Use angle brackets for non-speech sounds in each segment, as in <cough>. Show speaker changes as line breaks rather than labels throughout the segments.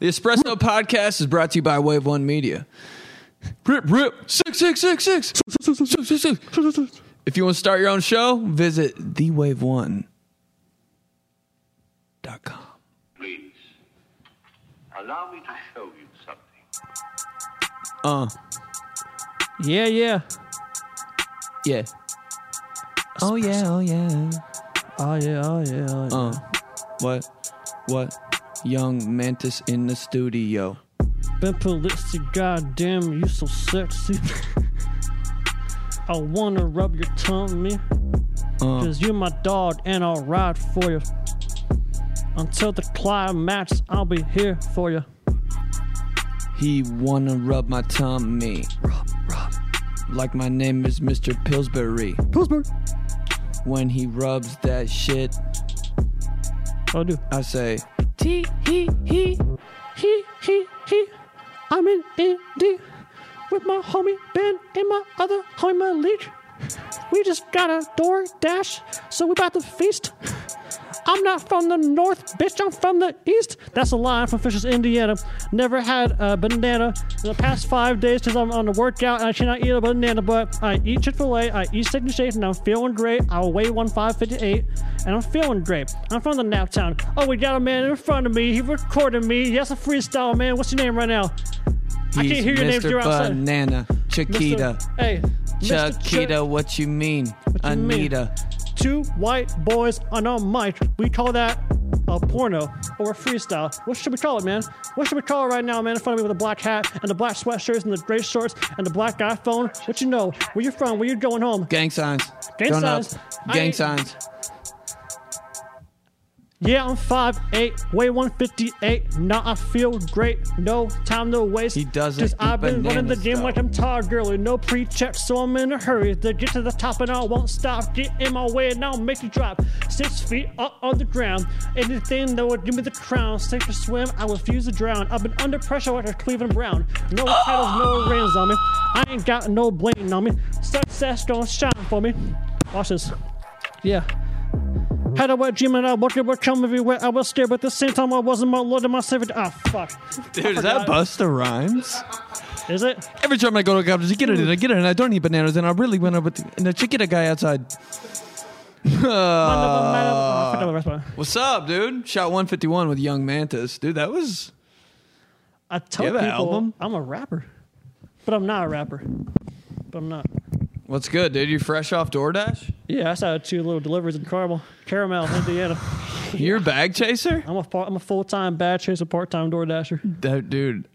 The Espresso Podcast is brought to you by Wave One Media. Rip, rip, six, six, six, six, six, six, six, six. If you want to start your own show, visit thewave1.com.
Please, allow me to show you something.
Uh,
Yeah, yeah.
yeah. Oh, yeah, oh, yeah.
Oh yeah, oh yeah. Oh, yeah.
Uh, what? What? Young Mantis in the studio.
Been police, goddamn, you so
<laughs>
sexy. I wanna rub your tummy.
Uh,
Cause you're my dog and I'll ride for you. Until the climax, I'll be here for you.
he wanna rub my tummy. Like my name is Mr. Pillsbury.
Pillsbury.
When he rubs that shit,
I do.
I say,
T he he he he he. I'm in ND with my homie Ben and my other homie Malik. We just got a door dash, so we about to feast. I'm not from the north, bitch. I'm from the east. That's a line from Fishers, Indiana. Never had a banana in the past five days because I'm on a workout and I cannot eat a banana. But I eat Chick Fil A, I eat Steak and Shake, and I'm feeling great. I weigh 1558, and I'm feeling great. I'm from the nap town. Oh, we got a man in front of me. He recorded me. He has a freestyle man. What's your name right now?
He's
can't hear your name,
Mr.
you're outside.
Banana, Chiquita.
Mr. Hey, Mr.
Chiquita, what you mean?
you mean?
Anita.
two white boys on a mic. We call that a porno or a freestyle. What should we call it, man? What should we call it right now, man? In front of me with a black hat and the black sweatshirts and the gray shorts and the black iPhone. What you know? Where you from? Where you going home?
Gang signs.
Gang
Grown
signs.
Up.
I
Gang
ain't-
signs.
Yeah, I'm 5'8", weigh 158. Now I feel great. No time to waste.
He doesn't
Cause
eat
I've been running the
bananas,
game like
though.
I'm tired, girl. No pre-check, so I'm in a hurry to get to the top, and I won't stop. Get in my way, and I'll make you drop six feet up on the ground. Anything that would give me the crown, safe to swim, I refuse to drown. I've been under pressure like a Cleveland Brown. No titles, no rings on me. I ain't got no bling on me. Success don't shine for me. Watch this. Yeah. Had I were dreaming, I walked, it would come everywhere. I was scared, but at the same time, I wasn't my lord and my savior. Ah, fuck.
Dude, is
that
Buster Rhymes?
Is it?
Every time I go to a cottage, I get it and I get it and I don't eat bananas and I really went up with the, and the Chiquita guy outside. <laughs> Uh,
I forgot the rest of it.
What's up, dude? Shot 151 with Young Mantis. Dude, that was.
I tell
you have
people
an album?
I'm a rapper, but I'm not a rapper. But I'm not.
What's good, dude? You fresh off DoorDash?
Yeah, I saw two little deliveries in Carmel, Caramel, Indiana.
You're a bag chaser?
I'm a part, I'm a full time bad chaser, part time door dasher.
That dude.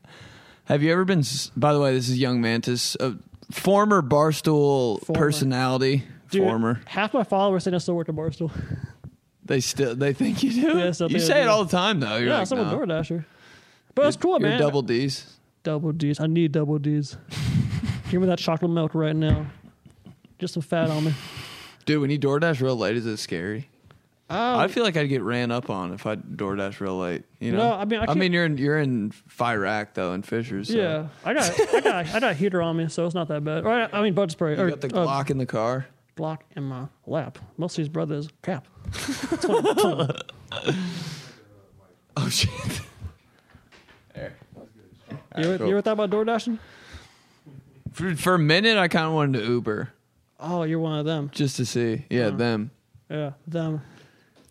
Have you ever been? s- By the way, this is Young Mantis, a former barstool
Former.
personality.
Dude,
Former.
Half my followers say I still work at Barstool.
They still they think you do.
Yeah,
it.
still
you
think I
say
do.
it all the time though. You're
yeah,
like,
I still
"Nah,
work door dasher. But it's cool,
you're
man.
double D's.
Double D's. I need
<laughs>
double D's. Give me that chocolate milk right now. Just some fat on me.
Dude, when you DoorDash real late, is it scary?
Oh.
I feel like I'd get ran up on if I DoorDash real late. You know,
No, I mean, I can't-
mean, you're in you're in Firac though, in Fishers. So.
Yeah, I got I got I got a heater on me, so it's not that bad. Or I, I mean, bud spray.
you
or,
got the
uh,
Glock in the car.
Glock in my lap. Mostly's brother's cap.
Oh <laughs> shit!
You ever, you ever thought about door dashing?
For, for a minute, I kind of wanted to Uber
Oh, you're one of them.
just to see. Yeah,
Uh-huh.
them.
Yeah, them.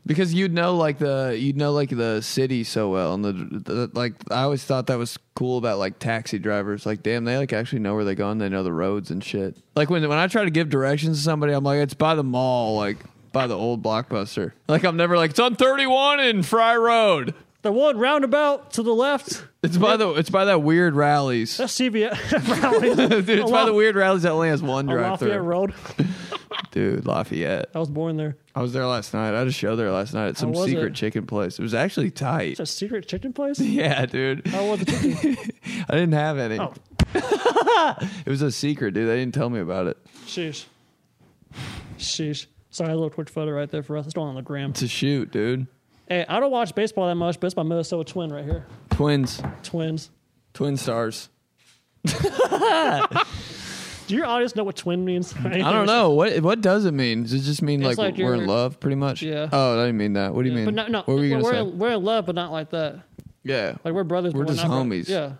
because you'd know like the you'd know like the city so well and the, the like i always thought that was cool about like taxi drivers like damn they like actually know where they're going they know the roads and shit like when when i try to give directions to somebody i'm like it's by the mall like by the old blockbuster like i'm never like it's on 31 in fry road
The one roundabout to the left.
it's by the it's by that weird
<laughs>
rallies <laughs>
That's CVS. Raleigh.
dude it's by
Laf-
the weird rallies that only has one drive
Lafayette
through
Road.
dude lafayette
I was born there.
i was there last night i had a show there last night at some
was
secret
it?
chicken place it was actually tight
It's a secret chicken
<laughs>
place.
yeah dude
How was the
<laughs>
chicken?
I didn't have any.
Oh.
it was a secret, dude. They didn't tell me about it.
Sheesh. Sheesh. Sorry, a little quick photo right there for us. It's going on the gram.
It's a shoot, dude.
Hey, I don't watch baseball that much, but it's my Minnesota twin right here.
Twins,
Twins.
twin stars.
Do your audience know what twin means? <laughs>
I don't know what what does it mean. Does it just mean
It's
like,
like
we're in
you're-
love, pretty much?
Yeah.
Oh, I didn't mean that. What do you mean?
But no, no,
What were you
we're,
gonna
we're,
say?
in, we're in love, but not like that.
Yeah.
Like we're brothers. but
We're just
not bro-
homies.
yeah,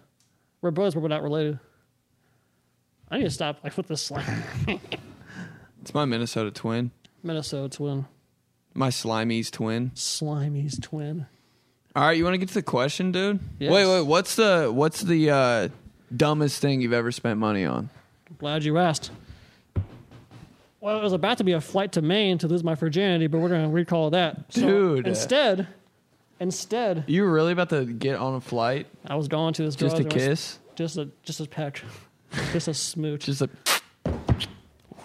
we're brothers, but we're not related. I need to stop like with this slime. <laughs>
It's my Minnesota twin.
Minnesota twin,
My Slimy's twin.
Slimy's twin.
All right, you want to get to the question, dude?
Yes.
Wait, wait. What's the what's the uh, dumbest thing you've ever spent money on?
Glad you asked. Well, it was about to be a flight to Maine to lose my virginity, but we're gonna recall that, So,
Dude.
Instead, instead,
You were really about to get on a flight
I was going to this girl.
just to
that was-
kiss?
just a just a peck, <laughs> just a smooch.
Just a.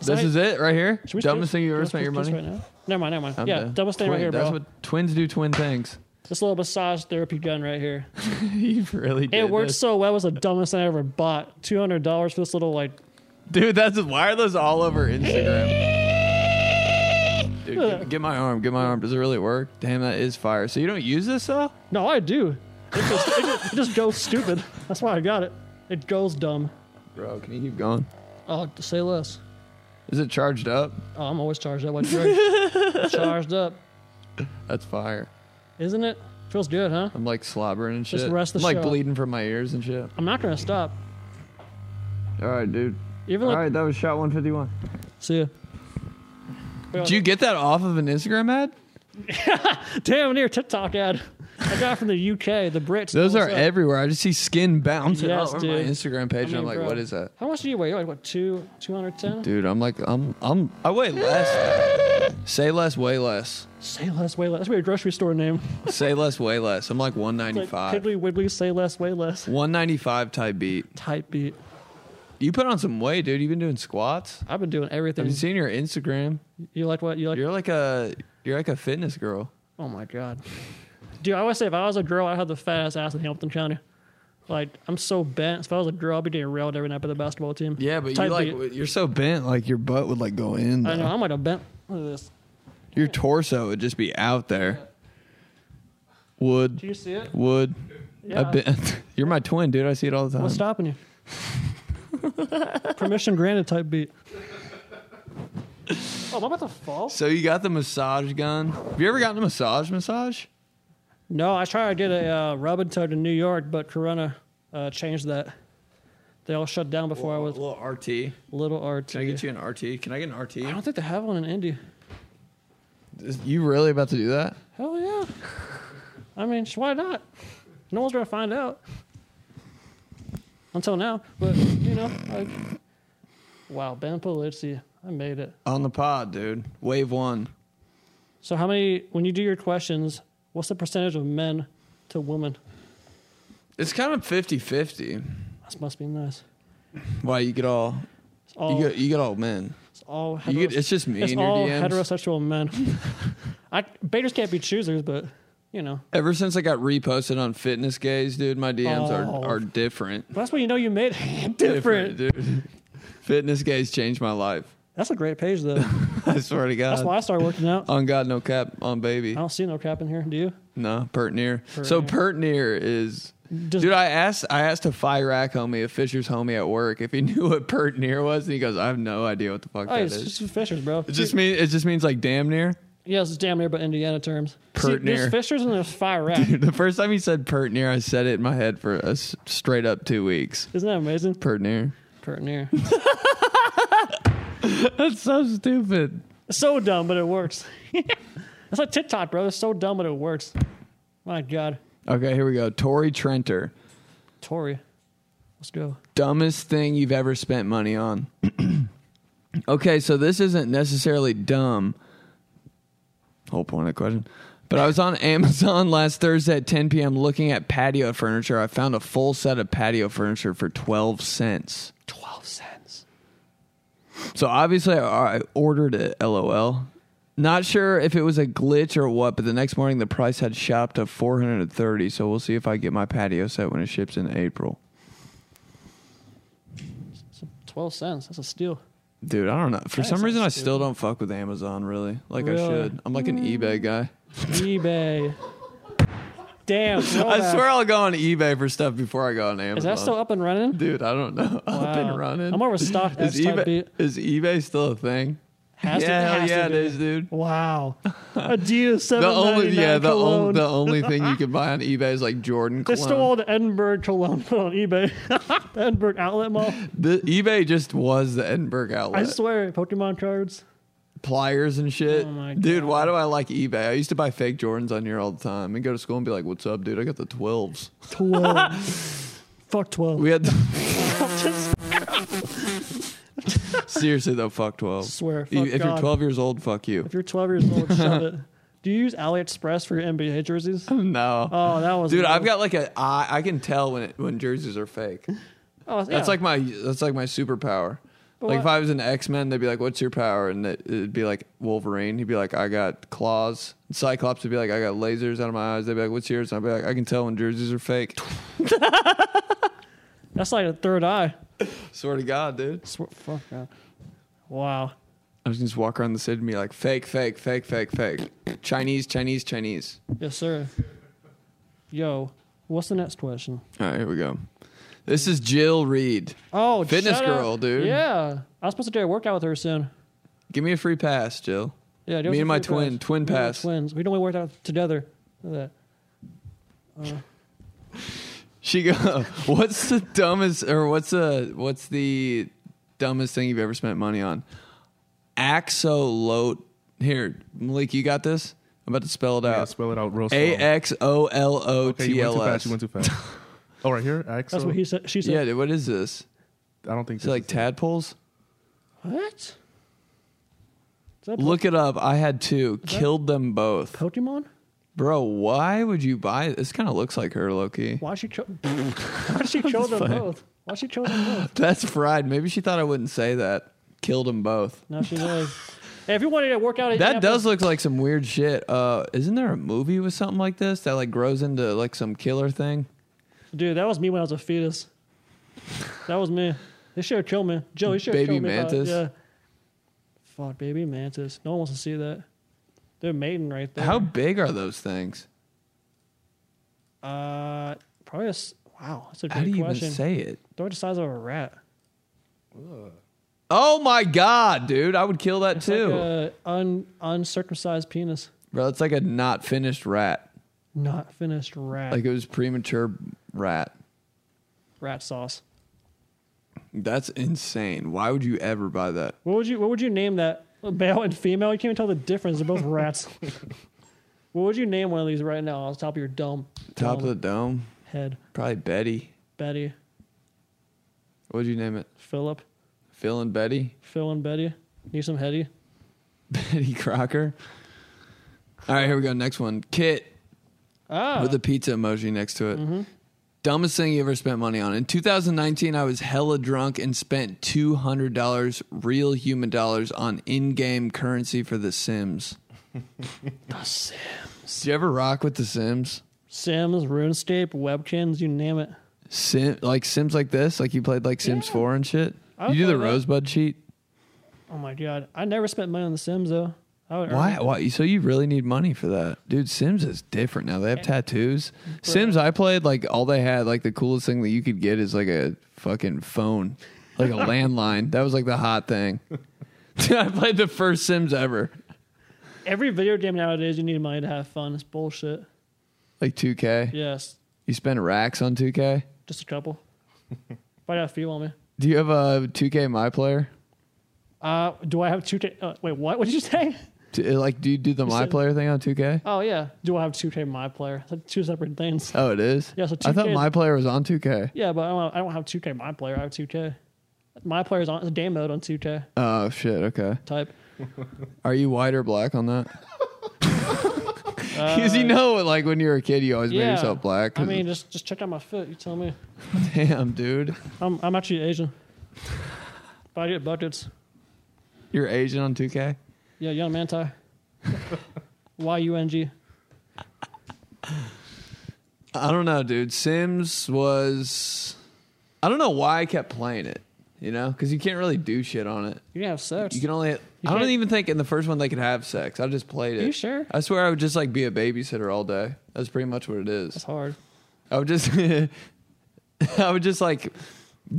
So
This
I-
is it right here.
Should we
Dumbest
kiss-
thing you ever
let's
spent your
kiss
money.
Right now? Never mind, never mind.
I'm
yeah,
the
double stand right
twin-
here,
That's
bro.
what twins do. Twin things.
This little massage therapy gun right
<laughs>
here.
you really did.
It worked
this.
so well. It was the dumbest thing I ever bought. Two hundred dollars for this little like.
dude. That's why are those all over Instagram? Dude, get, get my arm. Get my arm. Does it really work? Damn, that is fire. So you don't use this though?
No, I do. It just, it just, it just goes stupid. That's why I got it. It goes dumb.
Bro, can you keep going?
Oh, say less.
Is it charged up?
Oh, I'm always charged up. Like
<laughs>
drugs. charged up,
That's fire.
isn't it? Feels good, huh?
I'm like slobbering and shit.
Just rest the
I'm like
show.
bleeding from my ears and shit.
I'm not gonna stop.
All right, dude.
Even like,
that was shot 151.
see ya. Wait,
Do you get that off of an Instagram ad?
damn near TikTok ad. I got it from the UK, the Brits.
Those
What's
are
up?
everywhere. I just see skin bouncing
Yes,
all over my
dude.
Instagram page,
I
and I'm
mean,
like,
bro,
what is that?
How much do you weigh? You're like what two, two hundred ten?
Dude, I'm like, I'm, I'm, I weigh less. Say less, way less.
Say less, way less. That's my grocery store name.
Say less, way less. I'm like
Like
195.
Piggly Wiggly, say less, way less.
195 type beat.
Type beat.
You put on some weight, dude. You've been doing squats.
I've been doing
I've
everything.
been seeing your Instagram.
you like what? You like?
You're like a, you're like a fitness girl.
Oh my god, dude! I always say if I was a girl, I had the fattest ass in Hamilton County. Like I'm so bent. If I was a girl, I'd be getting railed every night by the basketball team.
Yeah, but you
Type
like,
beat.
you're so bent, like your butt would like go in.
I
though.
know. I'm like a bent. Look at this.
Your torso would just be out there. Wood,
Do you see it?
wood.
Yeah.
I've been, <laughs> you're my twin, dude. I see it all the time.
What's stopping
<laughs>
you? Permission granted.
<laughs>
Type beat. Oh, am I about to fall?
So you got the massage gun. Have you ever gotten a massage? Massage?
No, I tried to get a uh, rub and tug in New York, but Corona uh, changed that. They all shut down before I was
little RT.
little RT.
Can I get you an RT? Can I get an
I
RT?
don't think they have one in Indy.
You really about to do that? <laughs>
Hell yeah. I mean, sh- why not? No one's gonna find out. Until now, but you know, like, wow, Ben Polizzi, I made it.
On the pod, dude. Wave one.
So, how many? When you do your questions, what's the percentage of men to women?
It's kind of 50 50.
This must be nice.
Why you get all
It's all,
you get you get all men.
it's all
You get,
heteros-
it's just me
It's
in your
all
DMs.
heterosexual men.
<laughs>
I Baiters can't be choosers, but you know
Ever since I got reposted on Fitness Gays, dude, my DMs
Oh.
are are different.
that's when you know you made it <laughs> different.
dude. <laughs> Fitness Gays changed my life. <laughs>
That's a great page though.
I swear to God.
That's why Oh. I started working out. I
on God, no cap, on baby.
don't see no crap in here. Do you?
No, Pertneer. So Pertneer is.
Does-
dude, I asked I asked a Firac homie, a Fisher's homie at work, if he <laughs> knew what Pertneer was, and he goes, "I have no idea what the fuck
Oh,
that
it's
is."
just Fishers, bro.
it just mean it just means like damn near.
yes, it's damn near, but Indiana terms. See,
Pert near.
there's Fishers and there's Fire Rack.
<laughs> The first time he said Pertneer, I said it in my head for a s- straight up two weeks.
Isn't that amazing?
Pertneer.
Pert near.
That's so stupid.
It's so dumb, but it works. <laughs> it's like TikTok, bro. It's so dumb, but it works. My God,
Okay, here we go. Tori Trenter,
Tori, let's go.
dumbest thing you've ever spent money on. <clears throat> okay, so this isn't necessarily dumb. Whole point of the question. But I was on <laughs> Amazon last Thursday at 10 p.m. looking at patio furniture. I found a full set of patio furniture for 12 cents.
Twelve cents.
So obviously, I I ordered it. LOL. Not sure if it was a glitch or what, but the next morning the price had shot up to 430. So we'll see if I get my patio set when it ships in April.
So Twelve cents. That's a steal.
Dude, I don't know. For
That
some
sounds
reason, I
stupid.
still don't fuck with Amazon really. Like I
Really? Mm.
should. I'm like an eBay guy.
eBay.
<laughs>
Damn.
I
throwback.
swear I'll go on eBay for stuff before I go on Amazon.
Is that still up and running?
Dude, I don't know. <laughs> I've been
Wow.
running.
I'm overstocked.
is
X type
eBay,
beat.
is eBay still a thing? Yeah,
Has to,
hell
has
yeah,
to
it
be.
is, dude. <laughs>
Wow. Adidas
The
799
only yeah, the,
cologne.
on, the only thing
<laughs>
you can buy on eBay is like Jordan
They
cologne.
stole all the Edinburgh cologne <laughs> on eBay. the Edinburgh outlet mall.
the eBay just was the Edinburgh outlet.
I swear,
<laughs>
Pokemon cards.
Pliers and shit.
Oh my
Dude,
God.
why do I like eBay? I used to buy fake Jordans on here all the time and go to school and be like, "What's up, dude? I got the 12s.
12. Fuck 12.
We had
Just
<laughs> seriously though, fuck 12.
swear. Fuck
You- if
God.
you're 12 years old, fuck you.
If you're 12 years old, shove it. Do you use AliExpress for your NBA jerseys?
<laughs> No,
Oh, that was
dude, I've got like a I, I can tell when it, when jerseys are fake.
Oh, yeah.
That's like my that's like my superpower. like if
what-
I was an X Men, they'd be like, "What's your power?" And it- it'd be like Wolverine. He'd be like, "I got claws." Cyclops would be like, "I got lasers out of my eyes." They'd be like, "What's yours?" And I'd be like, "I can tell when jerseys are
<laughs>
fake."
that's like a third eye.
Swear to God, dude.
Swear, fuck God. Wow.
I was gonna just walk around the city and be like, "Fake, fake, fake, fake, fake." Chinese, Chinese, Chinese.
Yes, sir. Yo, what's the next question?
All right, here we go. This is Jill Reed.
Oh,
Fitness
shout out-
girl, dude.
Yeah, I was supposed to do a workout with her soon.
Give me a free pass, Jill.
Yeah, do
Me
it
and
for
my twin,
free pass.
twin
Me and my
pass.
twins. We don't work out together. Uh, Look at
She go, <laughs> "What's the dumbest or what's the what's the dumbest thing you've ever spent money on?" Axolot. Here, Malik, you got this. I'm about to spell it
Yeah,
out.
spell it out real slow.
Uh, A X O L O
Okay, you
T
went too
L
fast.
S.
You went
<laughs>
too fast. Oh, right here. Axel.
That's what he said. She
Yeah,
said.
dude, what is this?
I don't think
Is it like
this
tadpoles?
What? Is that po-
Look it up. I had two. Killed them both.
Pokemon?
Bro, why would you buy this? Kind of looks like her, Loki.
Why
<laughs>
she cho- Why she chose them both? Why she chose them both?
That's fried. Maybe she thought I wouldn't say that. Killed them both.
No, she really. Hey, if you wanted to work out, at
That
Apple-
does look like some weird shit. Uh, isn't there a movie with something like this that like grows into like some killer thing?
dude. That was me when I was a fetus. That was me. They should have killed me, Joe. You should have
Baby
killed me. if I-
mantis?
yeah. Fuck, baby mantis. No one wants to see that. They're mating right there.
How big are those things?
Uh, probably. A, s- wow, that's a
How do
great
you
question.
even say it?
They're the size of a rat.
Oh my god, dude! I would kill that
It's
too,
like a un uncircumcised penis,
bro. It's like a not finished rat.
not finished rat.
Like it was premature rat.
rat sauce.
That's insane. Why would you ever buy that?
What would you What would you name that male and female? You can't even tell the difference. They're
<laughs>
both rats. what would you name one of these right now? off the top of your dumb
Top of
dumb
the dome,
head,
probably Betty.
Betty,
What'd you name it?
Philip,
Phil and Betty. <laughs>
Phil, and Betty. Need some heady.
Betty Crocker. All right, here we go. Next one. Kit
Ah,
with a pizza emoji next to it.
Mm-hmm.
Dumbest thing you ever spent money on. In 2019, I was hella drunk and spent $200 real human dollars on in game currency for The Sims.
<laughs> the Sims,
Did you ever rock with The Sims?
Sims, RuneScape, Webkins, you name it.
Sim, like Sims like this? Like you played like Sims 4 and shit?
I
You do the
played that.
Rosebud cheat?
Oh my god, I never spent money on the Sims though. I would earn
Why?
it.
Why? So you really need money for that, dude? Sims is different now. They have tattoos. Sims, I played like all they had. Like the coolest thing that you could get is like a fucking phone, like
<laughs>
a landline. That was like the hot thing. <laughs> Dude, I played the first Sims ever,
Every video game nowadays, you need money to have fun. It's bullshit.
like 2K.
Yes,
You spend racks on 2K.
just a couple. But I got a few on me.
Do you have a 2K My Player?
Uh, do I have two? K? uh, wait, what? What did you say?
Do- eh, Like, do you do the My
said-
Player thing on 2K?
Oh yeah. Do I have two K my player? That's two separate things.
Oh, it is.
Yeah, so
I thought
2K
My Player was on 2K.
Yeah, but I don't, I don't have two K my player. I have two K. My player's on it's a game mode on two K
Oh shit. Okay.
type.
Are you white or black on
<laughs>
that? Because you know, like when you were a kid, you always made
Uh, yeah.
yourself black. <laughs>
I mean, just just check out my foot. You tell me.
damn, dude,
I'm I'm actually Asian. But I get buckets.
you're Asian on 2K.
Yeah, young manti. Y U N G.
I don't know, dude. Sims was. I don't know why I kept playing it. You know, because you can't really do shit on it.
You can have sex.
You can only. I don't
can't-
even think in the first one they could have sex. I just played it.
you sure?
I swear I would just like be a babysitter all day. That's pretty much what it is. <laughs>
It's hard.
I would just I would just like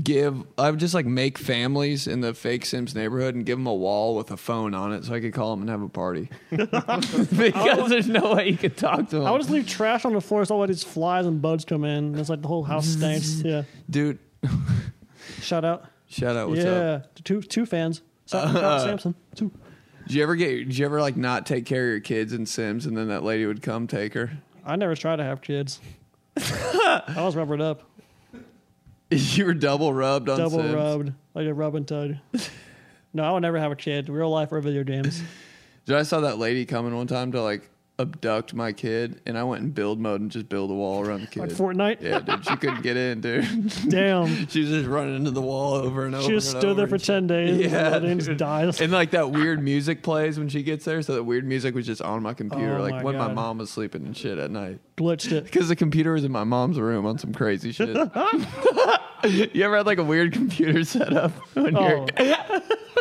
give I would just like make families in the fake Sims neighborhood and give them a wall with a phone on it so I could call them and have a
<laughs>
party. <laughs> because there's no way you could talk to them.
I would just leave trash on the floor so all these flies and bugs come in. And it's like the whole house
<laughs>
stinks. Yeah.
Dude,
Shout out.
shout out Oh, what's up.
yeah. to Two two fans. Shout
<laughs>
shout out Samson. Two.
Did you ever get did you ever like not take care of your kids in Sims and then that lady would come take her? <laughs>
I never tried to have kids. I was rubbered up.
You were double rubbed on
Double
Sims.
rubbed. Like a rub and tug. No, I would never have a kid. Real life or video
<laughs>
games.
Dude, I saw that lady coming one time to like abduct my kid and I went in build mode and just build a wall around the kid.
Like Fortnite.
yeah, dude, she couldn't get in, dude. <laughs>
Damn.
She was just running into the wall over and over.
She just
and
stood there
over
for
and
ten days.
Yeah,
Yeah, and just
dude. <laughs>
died.
And like that weird music plays when she gets there, so that weird music was just on my computer,
Oh
like
my
when my
God.
mom was sleeping and shit at night.
Glitched it.
Because the computer was in my mom's room on some crazy
<laughs>
shit. <laughs> you ever had like a weird computer setup? When
Oh.
you're,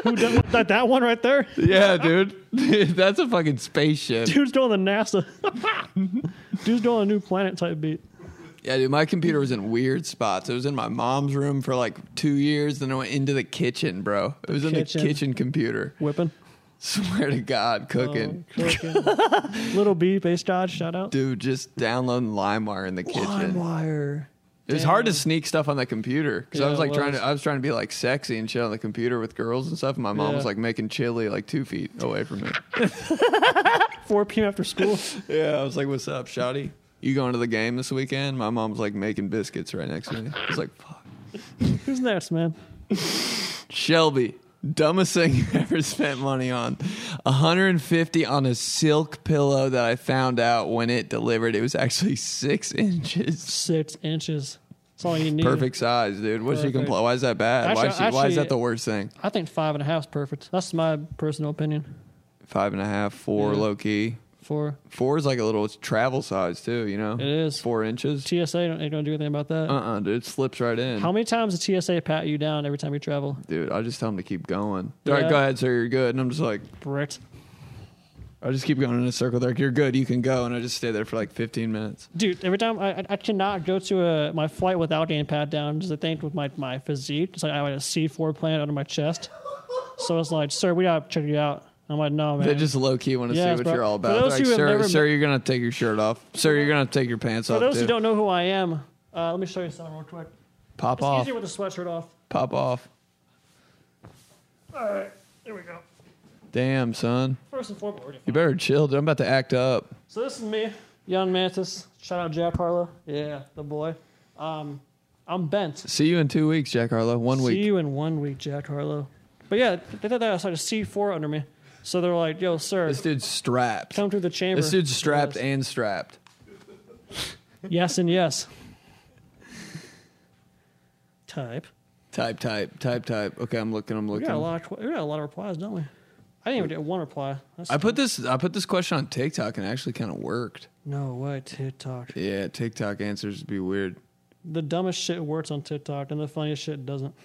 Who done with that? That one right there. <laughs>
yeah, dude, <laughs> that's a fucking spaceship.
Dude's going to NASA. <laughs> Dude's going to a new planet type beat.
Yeah, dude, my computer was in weird spots. It was in my mom's room for like two years, then I went into the kitchen, bro. It was in
kitchen.
the kitchen computer. <laughs>
Whipping.
Swear to God,
Oh.
cooking.
Cooking. Little B, base dodge, shout out.
Dude, just downloading LimeWire in the kitchen.
LimeWire.
It was hard to sneak stuff on the computer because I
Yeah,
was
it
like trying
was.
to I was trying to be like sexy and shit on the computer with girls and stuff. And my mom
Yeah.
was like making chili like two feet away from me.
4 p.m. after school.
<laughs> yeah, I was like, "What's up, Shotty? You going to the game this weekend?" My mom's like making biscuits right next to me. I was like, "Fuck,
Who's next, man?
Shelby." Dumbest thing <laughs> you ever spent money on. 150 on a silk pillow that I found out when it delivered. It was actually six <laughs> inches.
Six inches. That's all you need.
Perfect size, dude. What's she
Perfect.
compl- Why is that bad? why, is she,
Actually-
why is
actually-
that the worst thing?
I think five and a half's perfect. That's my personal opinion.
Five and a half, four,
Yeah.
low key.
For
Four is like a little it's travel size too. You know,
It is.
four inches. Uh,
TSA, don't- ain't going to do anything about that.
uh dude, it slips right in.
How many times does TSA pat you down every time you travel?
Dude, I just tell them to keep going. All right,
Yeah.
go ahead, sir. You're good. And I'm just like,
Bricks.
I just keep going in a circle. They're like, you're good. You can go. And I just stay there for like 15 minutes.
Dude, every time I, I, I cannot go to a, my flight without getting pat down. Just I think with my, my physique, it's like I had a C4 plant under my chest. So it's like, sir, we gotta check you out. I'm like, no, man.
They just low key want to
Yes,
see what
bro.
you're all
For
about.
those
They're like,
who have
sir,
never
sir, you're gonna take your shirt off. Sir, you're gonna take your pants
For
off.
those
dude.
who don't know who I am, uh, let me show you something real quick.
pop
It's
off,
easier with a sweatshirt off.
pop off.
All right, here we go.
Damn, son,
First and foremost,
you better chill. Dude. I'm about to act up.
so this is me, Young Mantis. Shout out Jack Harlow. Yeah, the boy. Um, I'm bent.
See you in two weeks, Jack Harlow. One
See
week.
you in one week, Jack Harlow. But yeah, they thought that I was like a C4 under me. So they're like, yo, sir,
This dude's strapped.
come through the chamber.
This dude's strapped
Yes.
and strapped.
yes and yes. Type.
Type, type, type, type. Okay, I'm looking. I'm
We got a
looking.
lot. Of, qu- we got a lot of replies, don't we? I didn't even get one reply. That's
I put this. I put this question on TikTok and it actually kind of worked.
no way TikTok.
Yeah, TikTok answers would be weird.
The dumbest shit works on TikTok, and the funniest shit doesn't.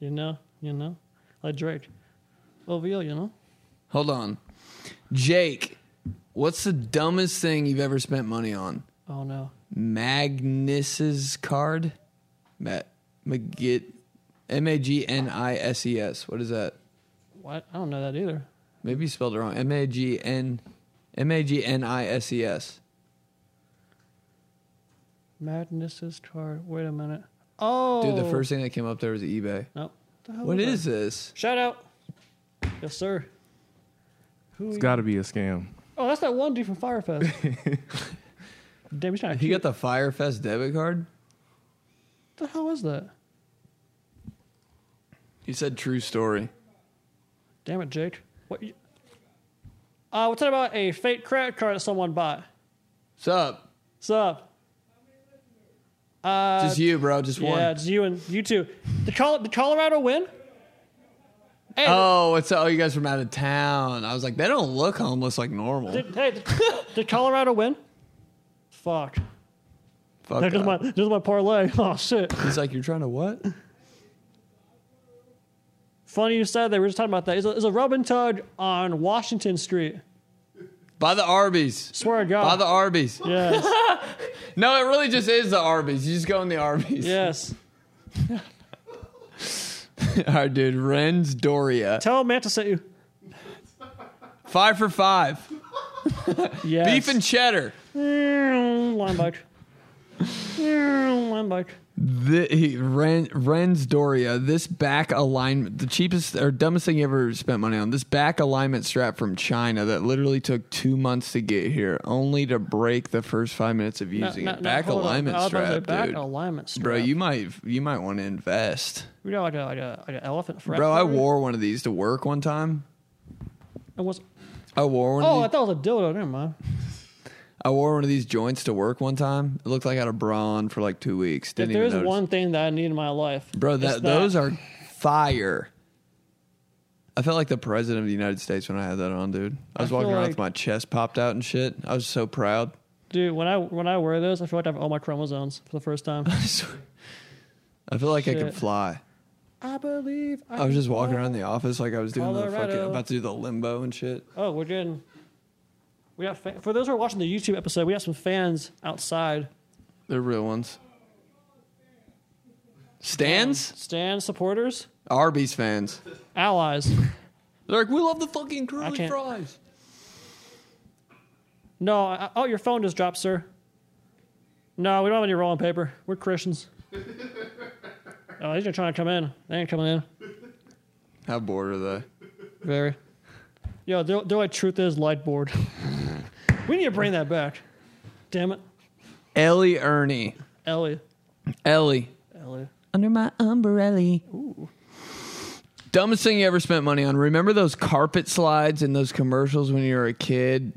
You know, you know, like Drake, OVO, you know.
Hold on, Jake. What's the dumbest thing you've ever spent money on?
Oh no,
Magnus's card. Matt Magit. M A G N I S E S. What is that?
what? I don't know that either.
Maybe you spelled it wrong. M A G N. M A G N I S E S.
Madness's card. Wait a minute. Oh,
Dude, the first thing that came up there was eBay.
No. The hell
What
was
is this?
that? Shout out. Yes, sir. Who?
It's
we-
got to be a scam. <laughs>
oh, that's that one dude from Firefest. Damn, he's not.
He
cute.
got the Firefest debit card.
the hell was that?
He said true story.
Damn it, Jake. What? You, uh, we're talking about a fake credit card that someone bought.
What's up?
What's up?
just you, bro. Just one.
Uh, Yeah, it's you and you two. Did, Col- did Colorado win? Hey,
oh, what's up? Oh, you guys from out of town. I was like, they don't look homeless like normal.
did, hey, did, did Colorado win? Fuck.
Fuck.
There goes
up.
my, there goes my parlay. <laughs> Oh, shit.
He's like, you're trying to what?
Funny you said that. We were just talking about that. It's a, it's a rub and tug on Washington Street.
By the Arby's.
Swear to
By
God.
the Arby's.
yes.
No, it really just is the Arby's. You just go in the Arby's.
Yes.
<laughs> All right, dude. Ren's Doria.
Tell Matt to set you.
Five for five.
Yes.
Beef and cheddar.
Line bite. Line bite.
The, he, Ren, Ren's Doria, this back alignment, the cheapest or dumbest thing you ever spent money on. This back alignment strap from China that literally took two months to get here, only to break the first five minutes of using
No, no,
it.
no,
Back
hold on.
alignment
I was about to say
strap,
Back
dude.
alignment strap.
Bro, you might you might want to invest.
You know, like a, like a, like an elephant. Frat
Bro, I
party?
wore one of these to work one time.
It was.
I wore one.
Oh, I
of these,
thought it was a dildo. Never mind.
I wore one of these joints to work one time. It looked like I had a bra on for like two weeks.
If
Didn't
there's
even notice.
one thing that I need in my life,
Bro,
it's
that, those are fire. I felt like the president of the United States when I had that on, dude. I was
I feel
walking around
like-
with my chest popped out and shit. I was so proud. <laughs>
Dude, when I when I wear those, I feel like I have all my chromosomes for the first
<laughs>
time.
I feel like I could
Shit.
fly.
I believe.
I was just walking around the office like I was doing the fucking
Colorado.
about to do the limbo and shit.
Oh, we're getting. We got fa- for those who are watching the YouTube episode. We got some fans outside.
They're real ones. Stands?
Stan supporters,
Arby's fans.
allies.
They're like, we love the fucking curly
can't-
fries.
No, I, I- oh, your phone just dropped, sir. No, we don't have any rolling paper. We're Christians. oh, these are trying to come in. They ain't coming in.
How bored are they?
Very. Yo, they're, they're like truth is
<laughs>
light board. we need to bring that back. Damn it,
Ellie Ernie.
Ellie.
Ellie.
Ellie.
under my umbrella. Dumbest thing you ever spent money on. Remember those carpet slides in those commercials when you were a kid?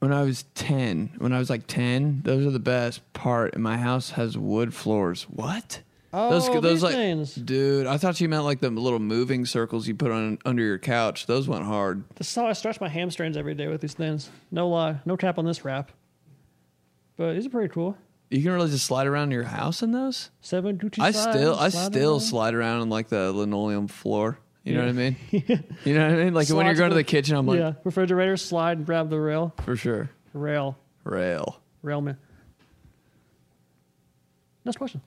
When I was 10, when I was like 10, those are the best part. And my house has wood floors. What?
Oh, these things.
Dude, I thought you meant like the little moving circles you put on under your couch. Those went hard.
This is how I stretch my hamstrings every day with these things. No lie, no cap on this wrap. But these are pretty cool.
You can really just slide around your house in those?
Seven Gucci.
I
slides,
still I
slide
still
around.
slide around on like the linoleum floor. You know
<laughs> Yeah.
what I mean? You know what I mean? Like when you're
Slides
going to
with-
the kitchen, I'm like,
yeah, refrigerator slide and grab the rail,
For sure.
rail,
Rail.
railman. Next question.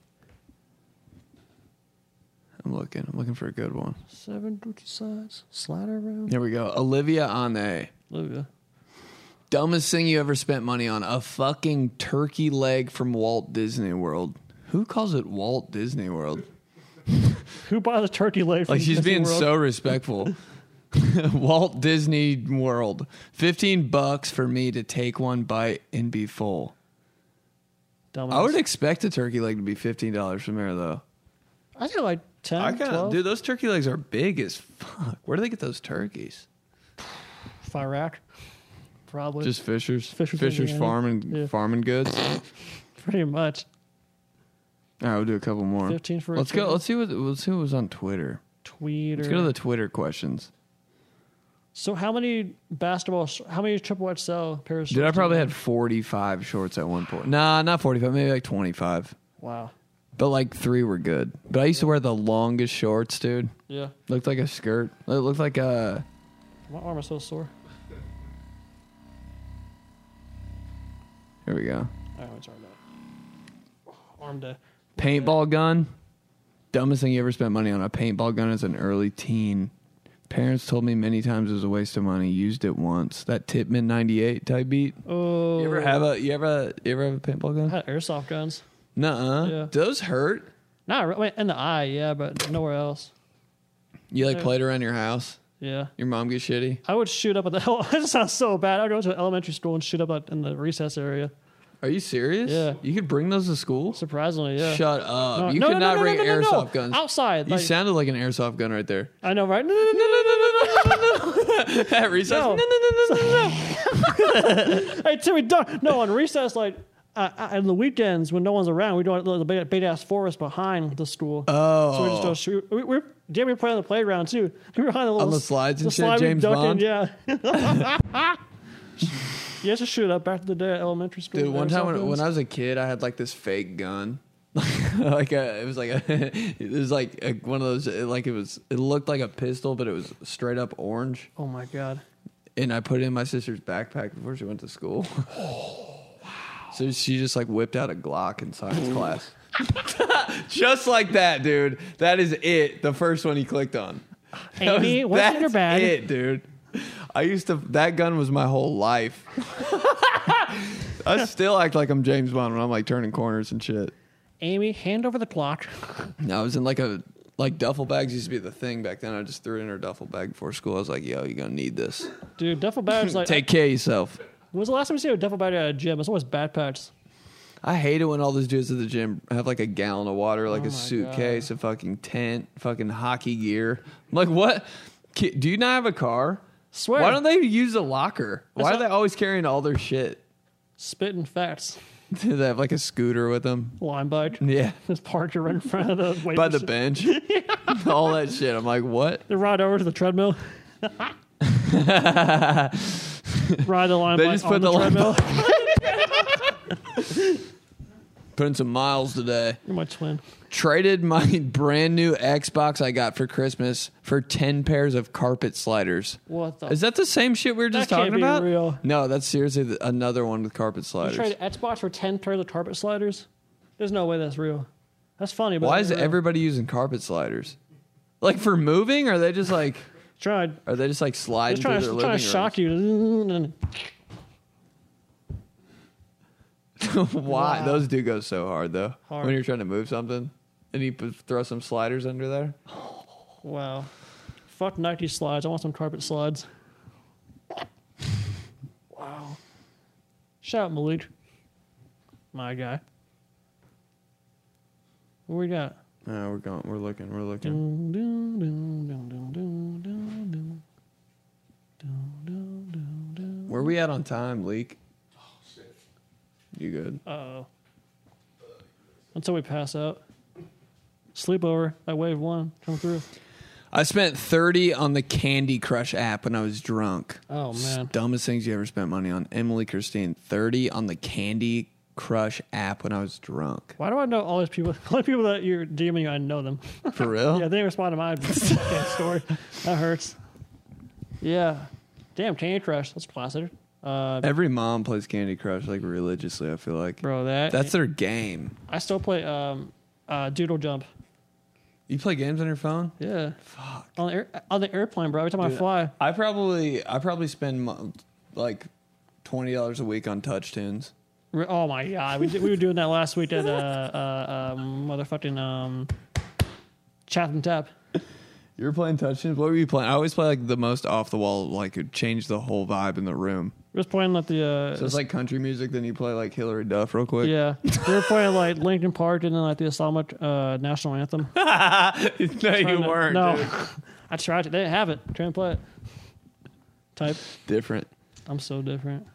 I'm looking. I'm looking for a good one.
Seven Gucci sides, slide around.
Here we go. Olivia Ane.
Olivia.
Dumbest thing you ever spent money on. A fucking turkey leg from Walt Disney World. Who calls it Walt Disney World?
Who bought the turkey leg? From
Like she's
Disney
being
World?
so respectful. <laughs> Walt Disney World. 15 bucks for me to take one bite and be full.
Dumbass.
I would expect a turkey leg to be $15 from there though.
I think like 10,
I kind of
12,
Dude, those turkey legs are big as fuck. Where do they get those turkeys?
if I rack, probably
Just Fisher's
Fisher's
Fisher's
Indiana.
farm and
Yeah.
farming goods.
<laughs> pretty much.
All right, we'll do a couple more.
15 for a
Let's go.
turtle.
Let's see what let's see what was on Twitter.
Tweeter.
Let's go to the Twitter questions.
So how many basketball? sh- How many triple XL pairs?
Dude, I probably had 45 shorts at one point. Nah, not 45, maybe like 25.
Wow.
But like 3 were good. But I used to wear the longest shorts, dude.
Yeah.
Looked like a skirt. It looked like uh, a
My arm is so sore.
Here we go.
Oh, it's arm day. Arm day.
Paintball gun. Dumbest thing you ever spent money on. A paintball gun as an early teen. Parents told me many times it was a waste of money. Used it once. That Tipman 98 type beat.
Oh.
You ever have a you ever you ever have a paintball gun?
I had airsoft guns.
Nuh-uh.
Yeah.
Those hurt.
Not re- wait, in the eye, yeah, but nowhere else.
You like
Yeah.
played around your house.
Yeah.
Your mom gets shitty.
I would shoot up at the. <laughs> Oh, that sounds so bad. I would go to elementary school and shoot up at, in the recess area.
Are you serious?
Yeah.
You could bring those to school.
Surprisingly, yeah.
Shut up.
No,
you
no,
could
no,
not
no, no,
bring
no, no, no.
airsoft guns.
Outside,
You
like-
sounded like an airsoft gun right there.
I know, right? No, no, no,
No, no, no, no, no, no, no. At recess. No,
No.
no, no, no, no, no.
no. Hey, Timmy, don't. No, on recess, like. Uh, on the weekends when no one's around, we don't the big, big ass forest behind the school.
Oh.
so we just go shoot. We, we, Damn, we were playing on the playground too. <laughs> We were on the little
the slides and
the
shit,
we
James
ducked
Bond?
In, yeah. <laughs> you have to shoot up back to the day at elementary school.
Dude, one time when,
Airsoft
when
guns.
I was a kid, I had like this fake gun. <laughs> like a, <laughs> it was like a, it was like a, one of those like it was it looked like a pistol but it was straight up orange
oh my god.
and I put it in my sister's backpack before <laughs> she went to school. So she just like whipped out a Glock in science class. <laughs> Just like that, dude. That is it. The first one he clicked on. That was-
Amy, what's in your
that's
bag?
It, dude. I used to. That gun was my whole
<laughs>
life. I still act like I'm James Bond when I'm like turning corners and shit.
Amy, hand over the clock.
I was in like a like duffel bags used to be the thing back then. I just threw it in her duffel bag before school. I was like, "Yo, you're gonna need this.
Dude,
<laughs>
duffel bags like
Take care of yourself."
when was the last time you see a duffel bag at a gym? It's always backpacks.
I hate it when all these dudes at the gym have like a gallon of water,
Oh
like a suitcase, a fucking tent, fucking hockey gear. I'm like, what? Ki- Do you not have a car?
Swear.
Why don't they use a locker? Why
That's
are they
not-
always carrying all their shit?
Spitting facts.
Do <laughs> they have like a scooter with them?
Lime bike.
Yeah.
<laughs> This parker right in front of the weight
By the
<laughs> machine.
bench. <laughs> all that shit. I'm like, what?
They ride over to
<laughs>
the treadmill. ride the line.
They
bike
just
on
put the line
treadmill.
<laughs> Putting some miles today.
You're my twin.
Traded my <laughs> brand new Xbox I got for Christmas for 10 pairs of carpet sliders.
What the?
Is that the same shit we were just
That can't
talking
be
about?
real.
No, that's seriously th- another one with carpet sliders.
You tried Xbox for ten pairs of carpet sliders? There's no way that's real. That's funny. But
Why
that's
is
real.
everybody using carpet sliders? Like for moving? Or are they just like
tried?
are they just like
Just
sliding
trying,
through
to-
their
trying to
living
shock you. <laughs>
room? <laughs> Why
Wow.
those do go so hard though?
Hard.
When you're trying to move something, and you put, throw some sliders under there.
Wow. Fuck Nike slides. I want some carpet slides. Wow. Shout out Malik. My guy. What we got?
No, we're going. We're looking. We're looking.
Dun, dun, dun, dun, dun, dun, dun, dun.
Where we at on time, leak? You good?
Until we pass out. Sleepover at wave one. Come through.
I spent thirty on the Candy Crush app when I was drunk.
Oh, man.
dumbest things you ever spent money on. Emily Christine, thirty on the Candy Crush app when I was drunk.
Why do I know all these people? <laughs> All the people that you're DMing, I know them.
<laughs> For real?
Yeah, they didn't respond to my <laughs> fucking story. That hurts. Yeah. Damn, Candy Crush. That's classic. Uh,
<laughs> Every mom plays Candy Crush like religiously. I feel like
bro, that.
that's their game.
I still play um, uh, Doodle Jump.
You play games on your phone?
Yeah. Fuck. On the, air, on the airplane, bro. Every time I fly.
I probably I probably spend mo- like twenty dollars a week on touch tunes.
Re- Oh my god, we, did, we were doing that last week at uh, uh, um, motherfucking um, Chatham Tap.
You were playing touch tunes. What were you playing? I always play like the most off the wall. Like it changed the whole vibe in the room.
We was playing like the uh,
So it's like country music. Then you play like Hillary Duff real quick.
yeah, we were playing like Lincoln Park and then like the Islamic uh, national anthem.
<laughs> no, you
Trying to-
weren't.
No,
dude.
<laughs> I tried to. They didn't have it. Try and play it. Type.
different.
I'm so different.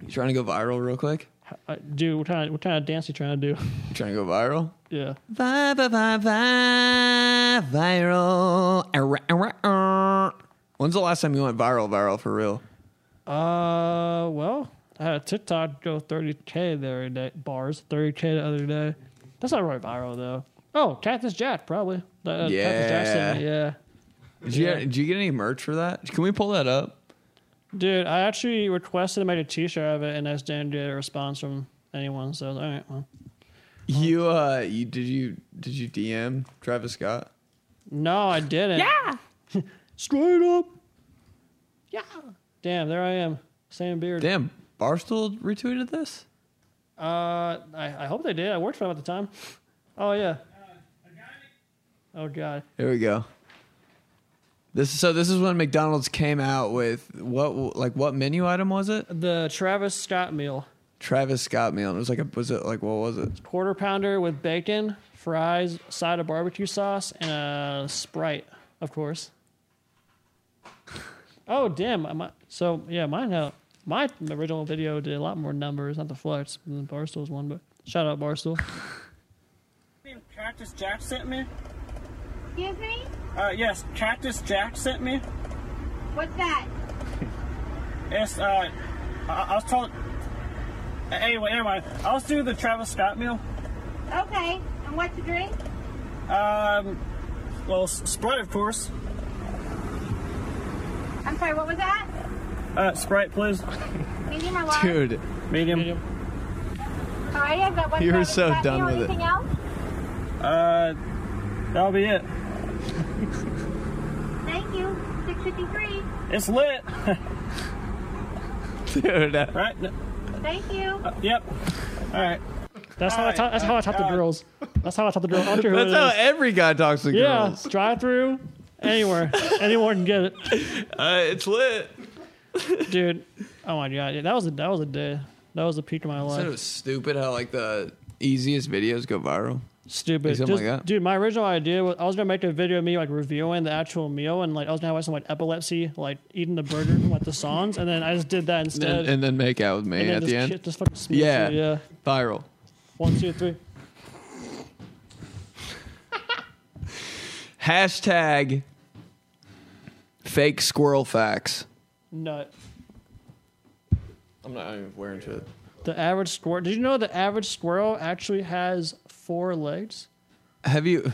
You trying to go viral real quick?
I, dude, what kind of what kind of dance you trying to do? <laughs>
You trying to go viral?
yeah.
Vi- vi- vi- vi- viral. Arr, arr, arr. When's the last time you went viral? Viral for real?
Uh, well, I had a TikTok go 30k the other day. Bars 30k the other day. That's not really viral though. Oh, Cactus Jack probably. The, uh, Cactus Jack sent me, yeah.
Did you,
Yeah.
did you get any merch for that? Can we pull that up?
Dude, I actually requested to make a T-shirt of it, and I just didn't get a response from anyone. So I was like, all right, well,
You uh, you did you did you DM Travis Scott?
no, I didn't. Yeah. <laughs> Straight up. Yeah. Damn, there I am, Sam Beard.
Damn, Barstool retweeted this.
Uh, I, I hope they did. I worked for them at the time. Oh yeah. Oh god.
Here we go. This so this is when McDonald's came out with what like what menu item was it?
The Travis Scott meal.
Travis Scott meal. And it was like a was it like what was it?
quarter pounder with bacon, fries, side of barbecue sauce, and a Sprite, of course. Oh damn! I might, so yeah, mine had my original video did a lot more numbers, not the flex than Barstool's one, but shout out Barstool.
name Cactus Jack sent me?
Excuse me?
Uh, yes, Cactus Jack sent me.
What's that?
It's, uh, I, I was told. a- Anyway, never mind. I was doing the Travis Scott meal.
Okay. And what to drink?
Um, well, s- Sprite, of course.
I'm sorry, what was that?
Uh, Sprite, please.
Medium or large?
Dude,
Medium.
Okay. Alrighty, I've got one.
You're
You're
so done with it.
Anything else?
Uh, that'll be it.
Thank you. 653.
It's lit, <laughs>
Dude, uh,
right?
Thank you.
Yep. All right.
That's how I taught. That's how I taught the girls. That's how I taught the girls. I don't care who it
that's how
is.
every guy talks to
Yeah,
girls.
drive through anywhere. <laughs> Anyone can get it,
Uh, it's lit.
dude. Oh my god, yeah, that was a that was a day. That was the peak of my
I said it
life.
was stupid how like the easiest videos go viral.
Stupid,
something
Just-
like that.
dude. My original idea was I was gonna make a video of me like reviewing the actual meal and like I was gonna have some like epilepsy, like eating the burger from like the songs, and then I just did that instead.
And, and then make out with me
then
at
just,
the end.
shit just fucking smooth
Yeah.
through, yeah.
Viral.
One, two, three.
Hashtag fake squirrel facts.
Nut.
I'm not even wearing to it.
The average squirrel. Did you know the average squirrel actually has four legs?
Have you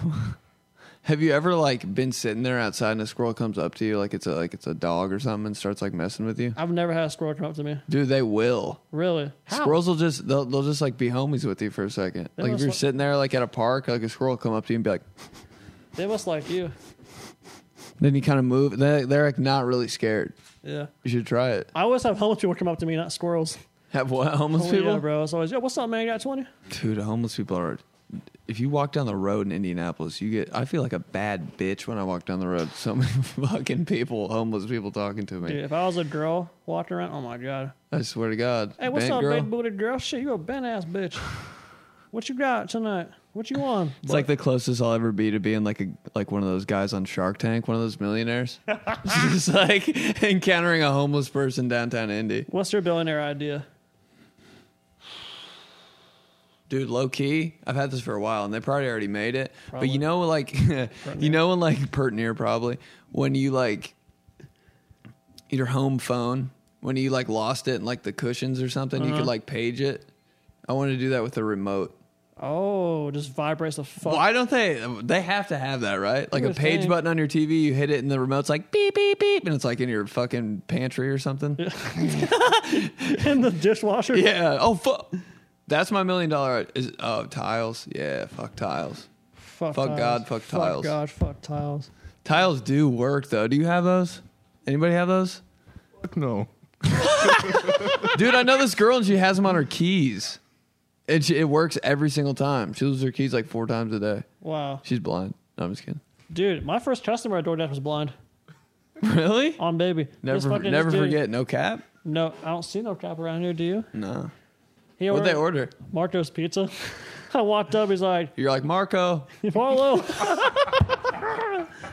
<laughs> have you ever like been sitting there outside and a squirrel comes up to you like it's a like it's a dog or something and starts like messing with you?
I've never had a squirrel come up to me.
Dude, they will.
Really? How?
Squirrels will just they'll, they'll just like be homies with you for a second. like if
must
you're
li-
sitting there like at a park, like a squirrel will come up to you and be like,
They must like you.
then you kind of move. They they're like not really scared.
Yeah.
You should try it.
I always have homeless people come up to me, not squirrels.
Have what homeless
Oh,
people?
Yeah, bro. It's always, yo, what's up, man? You got 20?
Dude, homeless people are. If you walk down the road in Indianapolis, you get. I feel like a bad bitch when I walk down the road. So <laughs> many fucking people, homeless people, talking to me.
Dude, if I was a girl walking around, oh my God.
I swear to God.
Hey, what's
Bent
up,
girl.
big booty girl? Shit, you a bent ass bitch. What you got tonight? What you on?
It's like the closest I'll ever be to being like a like one of those guys on Shark Tank, one of those
<laughs>
millionaires. <laughs> Just like encountering a homeless person downtown Indy.
What's your billionaire idea?
Dude, low key, I've had this for a while, and they probably already made it. But
Probably.
you know, like, <laughs> you know, when like pert near probably when you like your home phone when you like lost it and like the cushions or something, you could like page it. I want to do that with a remote.
Oh, just vibrates the fuck. <laughs>
Why don't they? They have to have that, right? Like
You
a
would
page
think.
button on your TV, you hit it, and the remote's like beep beep beep, and it's like in your fucking pantry or something.
In the dishwasher?
yeah. Oh fuck. That's my million dollar. Is oh tiles? Yeah. Fuck tiles.
Fuck,
Fuck
tiles.
God, fuck tiles.
Fuck God, fuck tiles.
Tiles do work though. Do you have those? Anybody have those?
Fuck no.
Dude, I know this girl and she has them on her keys. And she, it works every single time. She loses her keys like four times a day.
Wow.
She's blind. No, I'm just kidding.
Dude, my first customer at DoorDash was blind.
Really?
On baby. This
Never
fucking-
never
this dude-
forget. No cap?
No, I don't see no crap around here, do you?
No.
He
What'd they
ordered
order?
Marco's Pizza. <laughs> I walked up, he's like,
You're like, Marco.
Marlo.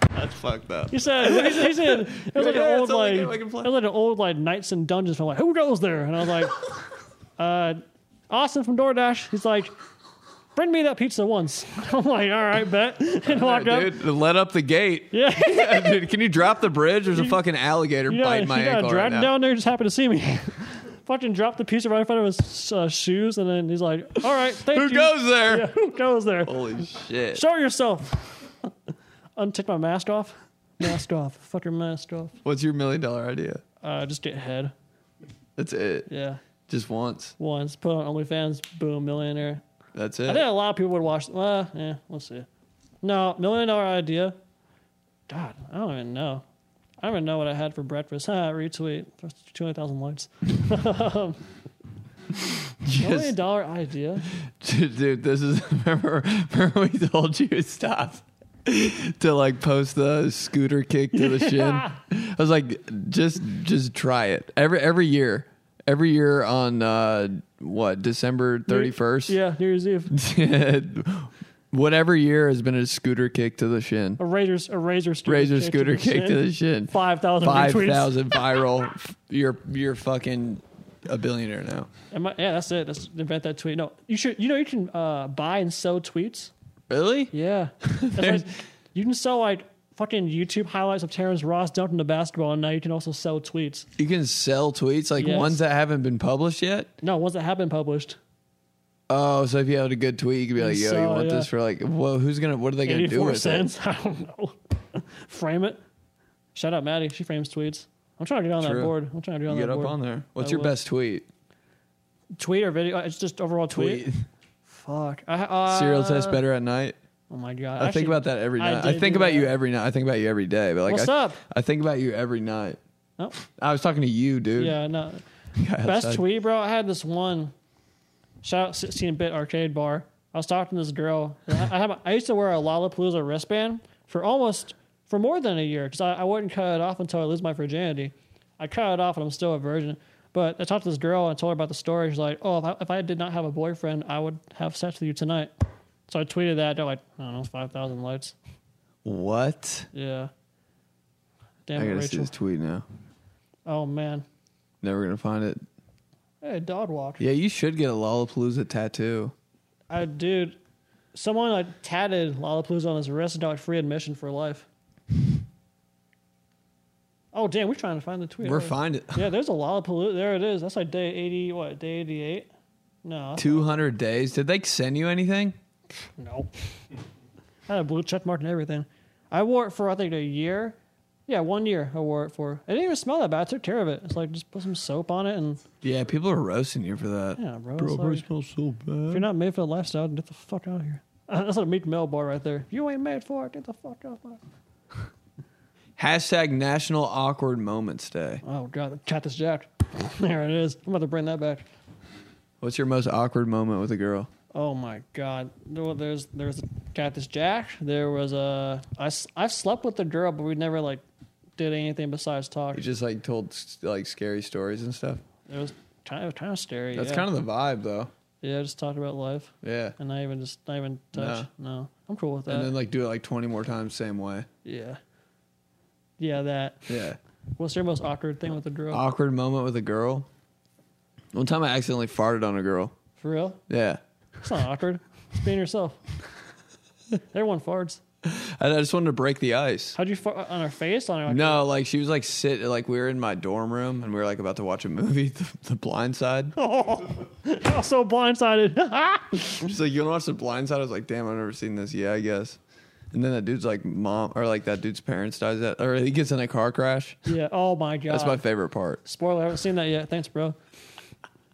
That's fucked up.
He said, he said, he said it was like
Yeah,
an
it's
old
all I
like,
can- I
it
can play.
was like an old like Knights and Dungeons film. Like, who goes there? And I
<laughs>
was like, uh, Austin from DoorDash. He's like, bring me that pizza once. <laughs> I'm like, all right, bet. <laughs> And walked up.
Dude, let up the gate.
Yeah, <laughs>
<laughs>
you
Dude, can you drop the bridge? There's a fucking alligator
gotta,
biting
you
my
gotta
ankle
drag
right
him
now.
down there. Just happened to see me. <laughs> Fucking dropped the pizza right in front of his uh, shoes, and then he's like, all right, thank
Who
you.
goes there?
Yeah, <laughs> who goes there?
Holy shit.
Show yourself. <laughs> Untick my mask off. Mask off. Fuck your mask off.
What's your million dollar idea?
Uh, just get head.
That's it.
Yeah.
Just once.
once, put on OnlyFans, boom, millionaire.
That's
I think
it.
a lot of people would watch. Well, yeah, let's see. No, million dollar idea. God, I don't even know. I don't even know what I had for breakfast. Haha, retweet. Two hundred thousand
<laughs>
likes. Million
Just
dollar idea.
Dude, dude, this is <laughs> remember, remember we told you to stop to like post the scooter kick to the shin. I was like, just just try it every every year, every year on uh, what December thirty first.
Yeah, New Year's
<laughs>
Eve.
whatever year has been a scooter kick to the shin,
A razor's a razor scooter.
razor
kick
scooter
the
kick to
shin.
the shin.
Five thousand.
Five
retweets.
thousand
<laughs>
viral. You're you're fucking a billionaire now.
Am I- yeah, that's it. Let's invent that tweet. No, you should. You know, you can uh, buy and sell tweets.
Really?
Yeah. That's
<laughs>
like, you can sell like fucking YouTube highlights of Terrence Ross dunking the basketball, and now you can also sell tweets.
You can sell tweets like
Yes.
ones that haven't been published yet.
No, ones that have been published.
Oh, so if you had a good tweet, you could be like, "Yo,
So,
you want
yeah.
this for like? Well, who's gonna? What are they gonna do
84
with
cents. <laughs> I don't know. <laughs> Frame it. Shout out Maddie. She frames tweets. I'm trying to get on
True.
that board. I'm trying to get
it?
on
You
that
get up
board.
on there. What's
I
your
will.
best tweet?
tweet or video? uh, It's just overall tweet.
Tweet.
Fuck. I, uh,
Cereal tastes better at night.
Oh my god.
I think about that every night. I, think about you every night. I think about you every day. But like,
What's
I,
up?
I think about you every night.
Oh.
I was talking to you, dude. <laughs>
Yeah. No.
Guy
Best
outside.
tweet, bro. I had this one. Shout out 16 bit arcade bar. I was talking to this girl. and I, I, had my, I used to wear a Lollapalooza wristband for almost for more than a year because I, I wouldn't cut it off until I lose my virginity. I cut it off and I'm still a virgin. But I talked to this girl and I told her about the story. She's like, "Oh, if I, if I did not have a boyfriend, I would have sex with you tonight." So I tweeted that. They're like, "I don't know, five thousand likes."
What?
Yeah. Damn
I
it,
gotta see
Rachel.
this tweet now.
Oh man.
Never gonna find it.
Hey, dog walk.
Yeah, you should get a Lollapalooza tattoo.
I dude, someone like tatted Lollapalooza on his wrist and got like, free admission for life. oh damn, we're trying to find the tweet.
We're
aren't we?
finding
Yeah, there's a Lollapalooza. There it is. That's like day eighty. What day eighty eight? No, that's-
two hundred days. Did they send you anything?
no. I had a blue check mark and everything. I wore it for I think a year. Yeah, one year I wore it for. I didn't even smell that bad. I took care of it. It's like just put some soap on it and
Yeah, people are roasting you for that.
yeah, bro.
Bro,
it's
bro, it
like-
smells so
If
bad.
you're not made for the lifestyle, then get the fuck out of here. <laughs> That's a Meek Mill bar right there. If you ain't made for it, get the fuck out. my-
Hashtag National Awkward Moments Day.
Oh god, the chat is jacked. <laughs> there it is. I'm about to bring that back.
What's your most awkward moment with a girl?
Oh my god. There wa- There's there's a cat that's jacked. There was a I s- I've slept with a girl, but we never like did anything besides talk.
You just like told s- like scary stories and stuff.
It was kind of kind of scary.
That's
yeah. Uh,
kind of the vibe though.
yeah. Just talked about life,
Yeah.
and not even just not even touch. No, I'm cool with that.
And then like do it like 20 more times same way.
yeah, yeah. That.
Yeah.
What's your most awkward thing with a girl?
Awkward moment with a girl. One time I accidentally farted on a girl.
For real?
Yeah.
It's not awkward. It's
<laughs>
being yourself. Everyone farts.
And I just wanted to break the ice.
How'd you fart on her face? On her like,
No, like she was like sit like we were in my dorm room and we were like about to watch a movie, <laughs> The, the Blind Side.
oh, so blindsided. <laughs>
She's like, "You wanna watch The Blind Side?" I was like, "Damn, I've never seen this." Yeah, I guess. And then that dude's like mom or like that dude's parents dies at or he gets in a car crash.
yeah. Oh my god.
That's my favorite part.
Spoiler. I haven't seen that yet. Thanks, bro.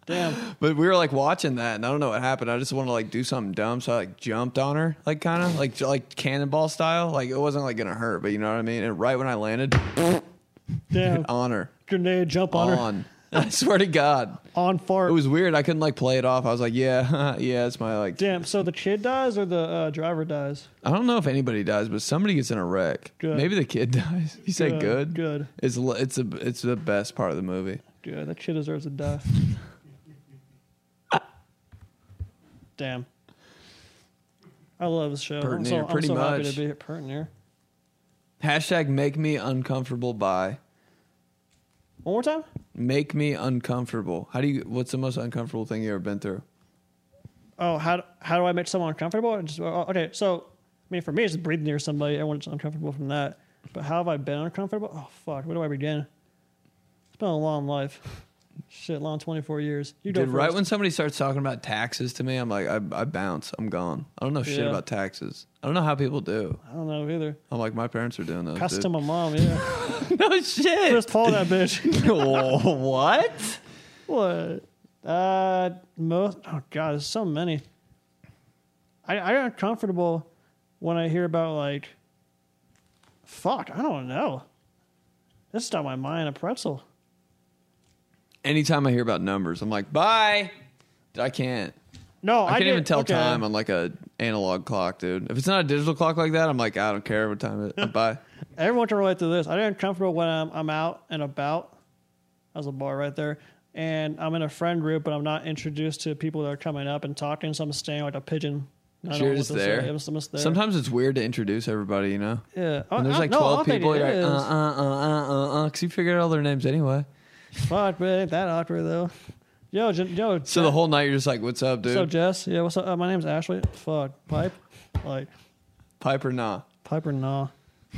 Damn.
But we were like watching that, and I don't know what happened. I just wanted to like do something dumb, so I like jumped on her, like kind of like like cannonball style. Like it wasn't like gonna hurt, but you know what I mean. And right when I landed <laughs>
Damn.
on her,
Grenade jump on, her.
on, <laughs> I swear to God,
On fart.
it was weird. I couldn't like play it off. I was like, yeah, <laughs> yeah, it's my like.
Damn. So the kid dies or the uh, driver dies?
I don't know if anybody dies, but somebody gets in a wreck.
Good.
Maybe the kid <laughs> dies. You say good.
Good.
It's l- it's a, it's the best part of the movie.
Good. That kid deserves
<laughs>
to die. Damn. I love this show. I'm
Pertinent,
so, I'm
pretty
so happy
much.
to be at Pertinier.
Hashtag make me uncomfortable by
One more time?
make me uncomfortable. How do you? What's the most uncomfortable thing you ever been through?
oh, how do, how do I make someone uncomfortable? And just, oh, okay, so I mean, for me, it's just breathing near somebody. Everyone's uncomfortable from that. But how have I been uncomfortable? Oh fuck, where do I begin? It's been a long life. <laughs> Shit, long twenty four years. You go
Dude, right
first.
when somebody starts talking about taxes to me, I'm like, I, I bounce. I'm gone. I don't know shit
Yeah.
about taxes. I don't know how people do.
I don't know either.
I'm like, my parents are doing those.
Cuss
<laughs>
to
dude.
my mom, yeah.
no shit.
Chris Paul, that bitch. <laughs>
Oh, <laughs> what?
what? Uh, most. Oh god, there's so many. I I got uncomfortable when I hear about like. Fuck, I don't know. This is not my mind. A pretzel.
Anytime I hear about numbers, I'm like, bye. I can't.
No, I,
I can't
get-
even tell
okay.
time on like a analog clock, dude. If it's not a digital clock like that, I'm like, I don't care what time it. I'm bye.
Everyone can relate to this. I get uncomfortable when I'm, I'm out and about. That was a bar right there. And I'm in a friend group, but I'm not introduced to people that are coming up and talking. So I'm staying like a pigeon. I don't know
You're
what
just
to say.
there.
I'm just- I'm just <laughs> there.
Sometimes it's weird to introduce everybody, you know.
yeah.
And there's like
no,
12
I don't think
people.
it
You're like,
is.
uh, uh, uh, uh, uh, because you figured out all their names anyway.
Fuck, but it ain't that awkward though. Yo, Jen, yo.
So the whole night you're just like, "What's up, dude?
so Jess, yeah. What's up? Uh, my name's Ashley. Fuck, pipe, like
Piper, nah."
Piper, nah. <laughs>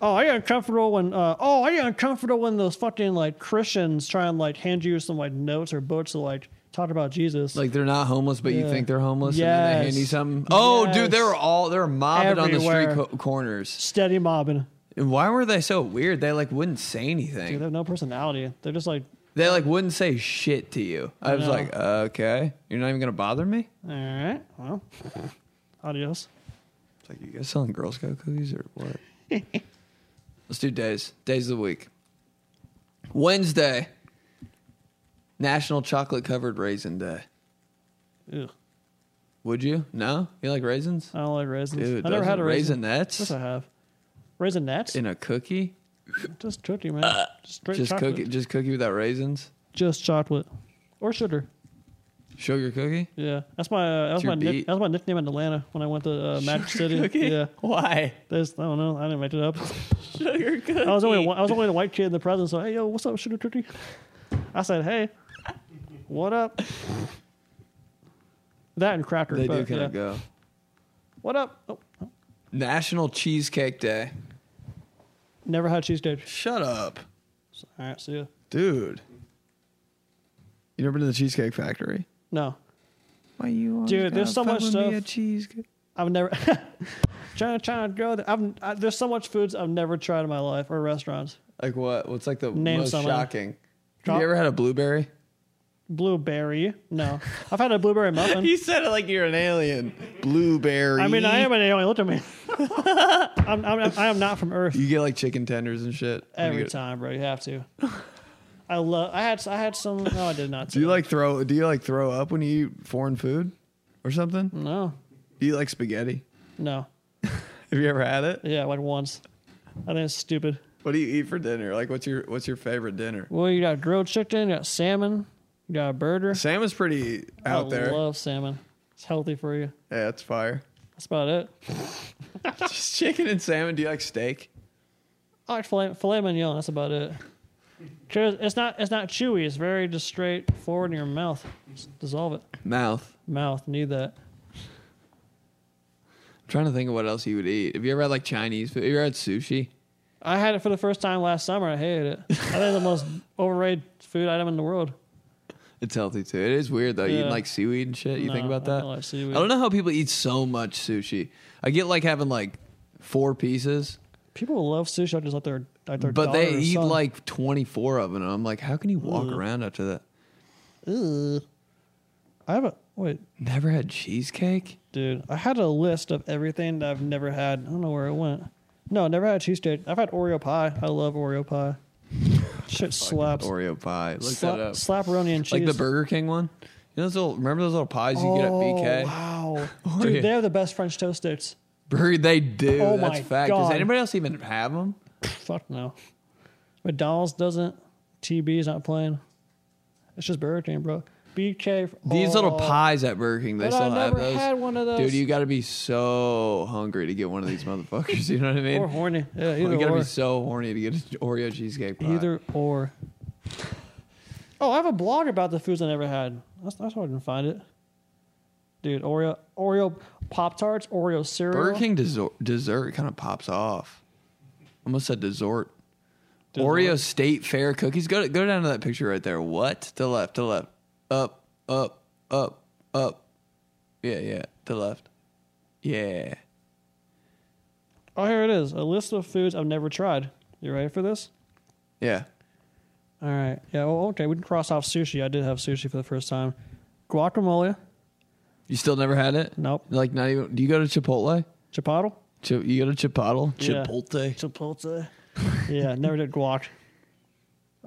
oh, I get uncomfortable when. Uh, oh, I get uncomfortable when those fucking like Christians try and like hand you some like notes or books to like talk about Jesus.
Like they're not homeless, but you
Yeah.
think they're homeless, and then they hand you
Yes.
something. Oh,
Yes.
dude, they were all they were mobbing on the
Everywhere.
street co- corners.
steady mobbing.
And why were they so weird? They like wouldn't say
Dude,
anything.
they have no personality. They're just like
They like wouldn't say shit to you. I was like, okay, you're not even gonna bother me.
All right.
<laughs>
Well, adios.
It's like you guys selling Girl Scout cookies or what? <laughs> Let's do days. Days of the week. Wednesday, National Chocolate Covered Raisin Day.
Ugh.
Would you? No, you like raisins?
I don't like raisins.
Dude,
I never
those
had a raisin. Yes, I
raisinets
have. Raisin nuts?
in a cookie.
just cookie, man. just straight
Just
chocolate.
cookie, just cookie without raisins.
Just chocolate, or sugar.
Sugar cookie.
Yeah, that's my uh, that was
your
my nick,
beat.
that was my nickname in Atlanta when I went to uh,
<laughs>
Magic City. Yeah,
Why?
There's, I don't know. I didn't make
<laughs>
it up.
Sugar cookie.
I was only one- I was only the white kid in the present. So hey, yo, what's up, sugar cookie? I said, hey, what up? That and cracker.
They do
but,
kind
yeah.
of go.
What up? Oh,
National Cheesecake Day.
never had cheesecake.
Shut up,
All right, see ya.
dude. You never been to the Cheesecake Factory?
No,
Why you? always
Dude,
gotta
there's so
fuck
much
with me
stuff.
at cheesecake.
I've never <laughs> trying to trying to go. There. I've I, there's so much foods I've never tried in my life or restaurants.
Like what? What's like the
Name
most
someone.
shocking?
Drop-
Have you ever had a blueberry?
Blueberry? No, I've had a blueberry
<laughs>
muffin.
said it like you're an alien. Blueberry.
I mean, I am an alien. Look at me. <laughs> I'm, I'm, I am not from Earth.
You get like chicken tenders and shit When you
Every
get-
time, bro, you have to. I love. I had. I had some. No, I did not.
Do you like throw? Do you like throw up when you eat foreign food or something?
No,
Do you like spaghetti?
no.
Have you ever had it?
Yeah, I went once. I think it's stupid.
What do you eat for dinner? Like, what's your what's your favorite dinner?
Well, you got grilled chicken. You got salmon. You got a burger.
Sam is pretty out
I
there.
love salmon. It's healthy for you.
yeah, it's fire.
That's about it.
Just chicken and salmon. Do you like steak?
I like filet, filet mignon. That's about it. 'Cause It's not. It's not chewy. It's very just straightforward in your mouth. Just dissolve it.
Mouth.
Mouth. Need that.
I'm trying to think of what else you would eat. Have you ever had like Chinese food? Have you ever had sushi?
I had it for the first time last summer. I hated it. I think it's the most <laughs> overrated food item in the world.
It's healthy too. It is weird though.
Yeah.
Eating like seaweed and shit. You think
No,
about
I
that?
don't like seaweed.
I don't know how people eat so much sushi. I get like having like four pieces,
People love sushi. I just let their like their
but
daughter
they
or
eat
son.
like 24 of them. And I'm like, how can you walk around after that?
Ugh. I have a wait,
Never had cheesecake?
dude. I had a list of everything that I've never had. I don't know where it went. No, never had cheesecake. I've had Oreo pie. I love Oreo pie. Shit slaps.
Oreo pie. Look
Slap,
that up.
slapperoni and cheese. Oh,
like the Burger King one? You know those little, remember those little pies you get at BK?
Wow,
<laughs>
dude,
Oreo.
they're the best French toast sticks.
Bro, they do.
Oh
That's
my
fact. Does
God.
anybody else even have them?
Fuck no. McDonald's doesn't. TB's not playing. It's just Burger King, bro. BK.
These little
oh.
pies at Burger King, they
But
still
I
have
never
those.
had one of those.
Dude, you got to be so hungry to get one of these motherfuckers. <laughs> You know what I mean?
or horny. Yeah,
Oh, you
either
got to
or.
be so horny to get an Oreo cheesecake pie.
Either or. Oh, I have a blog about the foods I never had. That's, that's how I can find it. Dude, Oreo, Oreo Pop Tarts, Oreo cereal.
Burger King dessert, dessert kind of pops off. Almost said dessert. Oreo State Fair cookies. Go go down to that picture right there. What? To left, to left. Up, up, up, up. Yeah, yeah. To left. Yeah.
Oh, here it is. A list of foods I've never tried. You ready for this?
Yeah.
All right. Yeah, well, okay. We can cross off sushi. I did have sushi for the first time. Guacamole.
You still never had it?
Nope.
Like not even do you go to Chipotle?
Chipotle.
Ch- you go to Chipotle?
Yeah.
Chipotle. <laughs>
Chipotle. yeah, never did guac.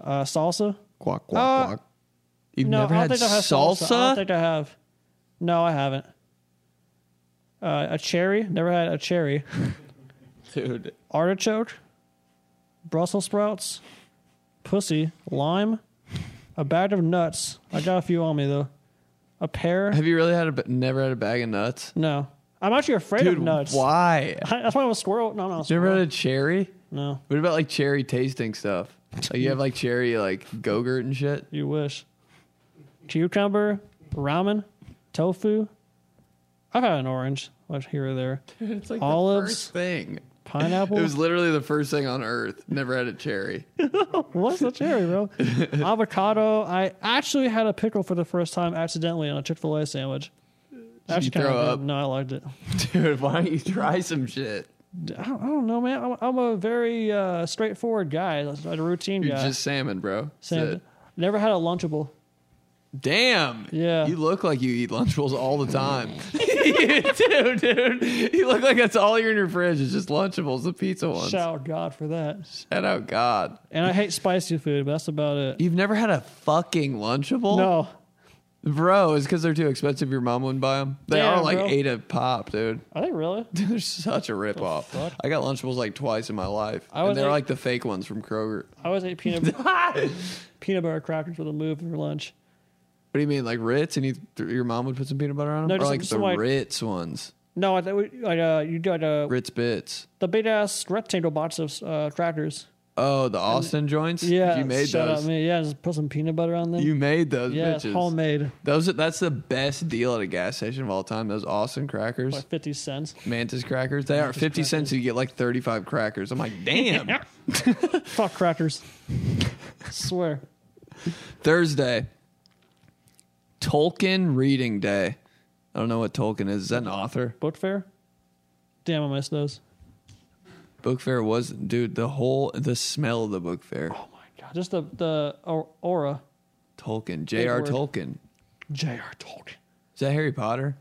Uh, salsa.
Guac guac
Uh,
guac. You've
No,
never
I
had
don't think I have
salsa?
salsa. I don't think I have. No, I haven't. Uh, a cherry. Never had a cherry.
Dude.
Artichoke. Brussels sprouts. Pussy. Lime. A bag of nuts. I got a few on me though. A pear.
Have you really had a ba- never had a bag of nuts?
No, I'm actually afraid
Dude,
of nuts.
why?
I, that's why I'm a squirrel. No, no.
You ever
Squirrel.
had a cherry?
No,
What about like cherry tasting stuff? Like you have like cherry like gogurt and shit.
you wish. Cucumber. Ramen. Tofu. I've had an orange. Like here or there.
It's like
the Olives. first
thing.
Pineapple.
It was literally the first thing on earth. Never had a
<laughs>
cherry.
What's the
<laughs>
cherry, bro? Avocado. I actually had a pickle for the first time accidentally on a Chick Fil A sandwich. Actually, kinda
throw
good.
up?
No, I liked it.
Dude, why don't you try some shit?
I don't, I don't know, man. I'm, I'm a very uh, straightforward guy, a routine
You're
guy.
just salmon, bro. That's
Salmon.
it.
Never had a Lunchable.
Damn.
Yeah.
You look like you eat Lunchables all the
<laughs>
time. you do, dude. You look like that's all you're in your fridge is just Lunchables, the pizza ones.
Shout out God for that.
Shout out God.
And I hate spicy food, but that's
<laughs>
about it.
You've never had a fucking Lunchable?
No,
Bro, it's because they're too expensive. Your mom wouldn't buy them. They
Damn,
are like
bro.
eight a pop, dude. <laughs>
I think really.
They're such a ripoff.
fuck?
I got Lunchables like twice in my life.
I
and
would
they're
think-
like the fake ones from
<laughs>
Kroger.
I always
<laughs>
ate peanut peanut butter crackers with a move for lunch.
What do you mean, like Ritz? And you th- your mom would put some peanut butter on them,
No,
or
just
like the
some, like-
Ritz ones,
No, I think we- like uh, you do like uh,
Ritz bits.
the big ass rectangle box of uh, crackers.
Oh, the Austin joints.
Yeah,
you made
shout
those.
Out me. Yeah, just put some peanut butter on them.
You made those
yeah, it's
bitches.
homemade,
Those are- that's the best deal at a gas station of all time. Those Austin crackers,
like fifty cents.
Mantis crackers. They are fifty cents. You get like thirty five crackers. I'm like,
<laughs>
damn. <laughs>
Fuck crackers. Swear.
Thursday, Tolkien reading day. I don't know what Tolkien is. Is that an author?
Book fair. Damn, I missed those.
Book fair was dude. The whole the smell of the book fair.
Oh my god, just the the au- aura.
Tolkien, J.R.
word.
Tolkien.
J.R. Tolkien.
Is that Harry Potter?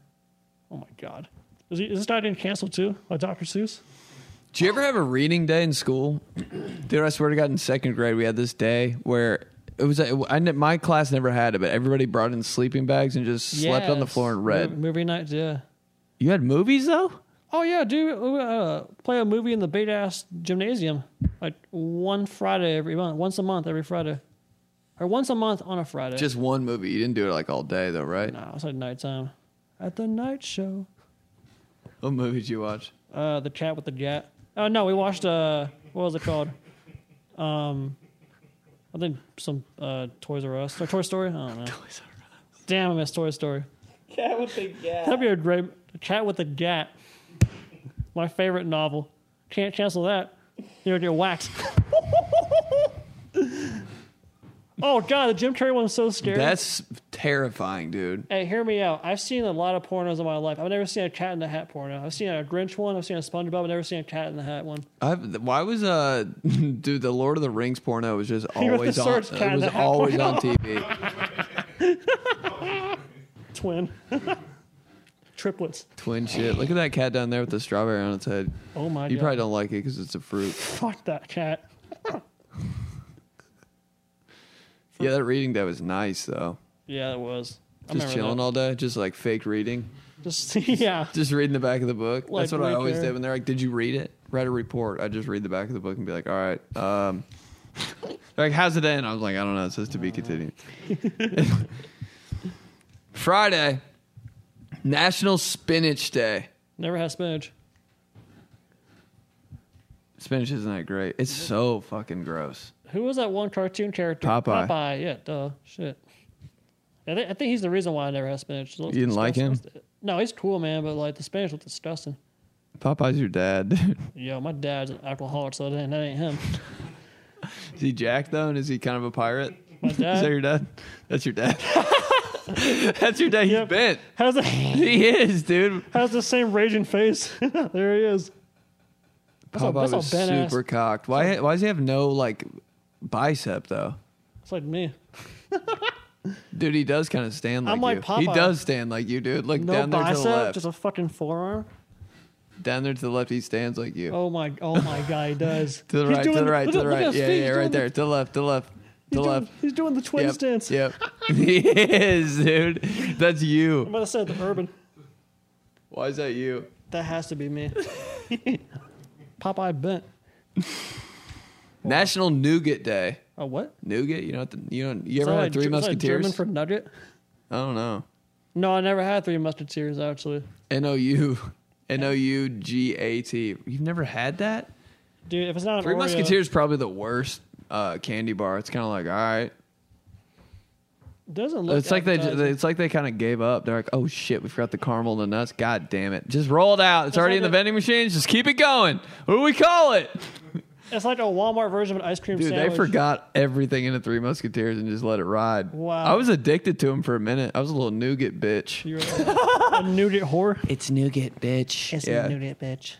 Oh my god. Is, he, is this guy getting canceled too? Like Dr. Seuss?
Do you ever have a reading day in school? Dude, I swear to God, in second grade, we had this day where it was, I, ne- my class never had it, but everybody brought in sleeping bags and just slept on the
Yes.
floor and read.
Mo- Movie nights, yeah.
You had movies though?
Oh yeah, dude. Uh, play a movie in the big ass gymnasium, like one Friday every month, once a month every Friday, or once a month on a Friday.
Just one movie. You didn't do it like all day though, right?
no, it's like nighttime. At the night show,
What movie did you watch?
uh, the chat with the jet. Oh no, we watched uh, what was it called? Um, I think some uh, Toys R Us or Toy Story. I don't know. Toys R Us. Damn, I missed Toy Story.
Cat with the gat.
That'd be a great Chat with the Gat. My favorite novel. Can't cancel that. You're gonna
<laughs>
get waxed. oh god, the Jim Carrey one's so scary.
That's terrifying, dude.
hey, hear me out. I've seen a lot of pornos in my life. I've never seen a Cat in the Hat porno. I've seen a Grinch one. I've seen a SpongeBob. I've never seen a Cat in the Hat one.
I've, why was uh, <laughs> dude, the Lord of the Rings porno was just
wrote the
always on.
search
It
cat
was
that had
always
porno.
on TV.
Twin. <laughs> Triplets.
Twin shit. Look at that cat down there with the strawberry on its head.
Oh my
You
god.
probably don't like it because it's a fruit.
Fuck that cat.
Yeah, that reading day was nice though.
Yeah, it was. I
Just
remember
chilling
that.
all day, just like fake reading,
Just <laughs> yeah.
just reading the back of the book.
Like,
That's what I
we
always
care.
did when they're like, "Did you read it? Write a report." I just read the back of the book and be like, "All right." Um, <laughs> they're like, how's it end? I was like, I don't know. It says to be
<laughs>
continued. Friday, National Spinach Day.
Never had spinach.
Spinach isn't that great. It's so fucking gross.
Who was that one cartoon character?
Popeye.
Popeye. Yeah. Duh. Shit. I, thi- I think he's the reason why I never had spinach. You
didn't like him?
No, he's cool, man. But like the spinach looked disgusting.
Popeye's your dad. dude. <laughs>
Yo, my dad's an alcoholic, so that ain't, that ain't him.
is he Jack though? And is he kind of a pirate?
My
Is that
dad
your dad? That's your
<laughs>
dad. That's your dad. He's
Yep.
bent.
has the, <laughs>
He is, dude.
has the same raging face. <laughs> there he is. That's a,
Popeye
that's a
was
bent ass.
super cocked. Why? Why does he have no like bicep though?
It's like me.
Dude, he does kind of stand like
I'm
you.
like
He
Popeye.
does stand like you, dude. Look
No
down there to the
bicep,
left.
just a fucking forearm.
down there to the left, he stands like you.
Oh my, oh my god, he does.
<laughs> to the
He's
right, to
doing
the right,
look
to
at-
the
look at
right.
his
Yeah, yeah,
feet, he's
right
doing the-
there. To the left, to the left, to the
he's doing-
left.
He's doing the twin
Yep,
stance.
Yep. <laughs> he is, dude. That's
I'm
you.
about to say the urban.
Why is that you?
That has to be me. <laughs> Popeye bent.
National Nougat Day.
Oh, what?
Nougat? You know what? The, you don't. You
Is
ever
that
had
like
Three
Ge- is that
Musketeers?
German for nugget?
I don't know.
No, I never had Three Musketeers, actually.
N o u n o u g a t. You've never had that?
Dude, if it's not an
Three
Oreo,
Musketeers is probably the worst uh, candy bar. It's kind of like all right.
it doesn't look
It's like they,
appetizing.
it's like they kind of gave up. They're like, oh shit, we forgot the caramel and the nuts. God damn it! Just roll it out. It's, already
like
in the
a-
vending machines. Just keep it going. What do we call it?
It's like a Walmart version of an ice cream
Dude,
sandwich.
they forgot everything in the Three Musketeers and just let it ride.
Wow.
I was addicted to them for a minute. I was a little nougat bitch.
You're a, a nougat whore.
It's nougat bitch.
It's
yeah,
a nougat, bitch.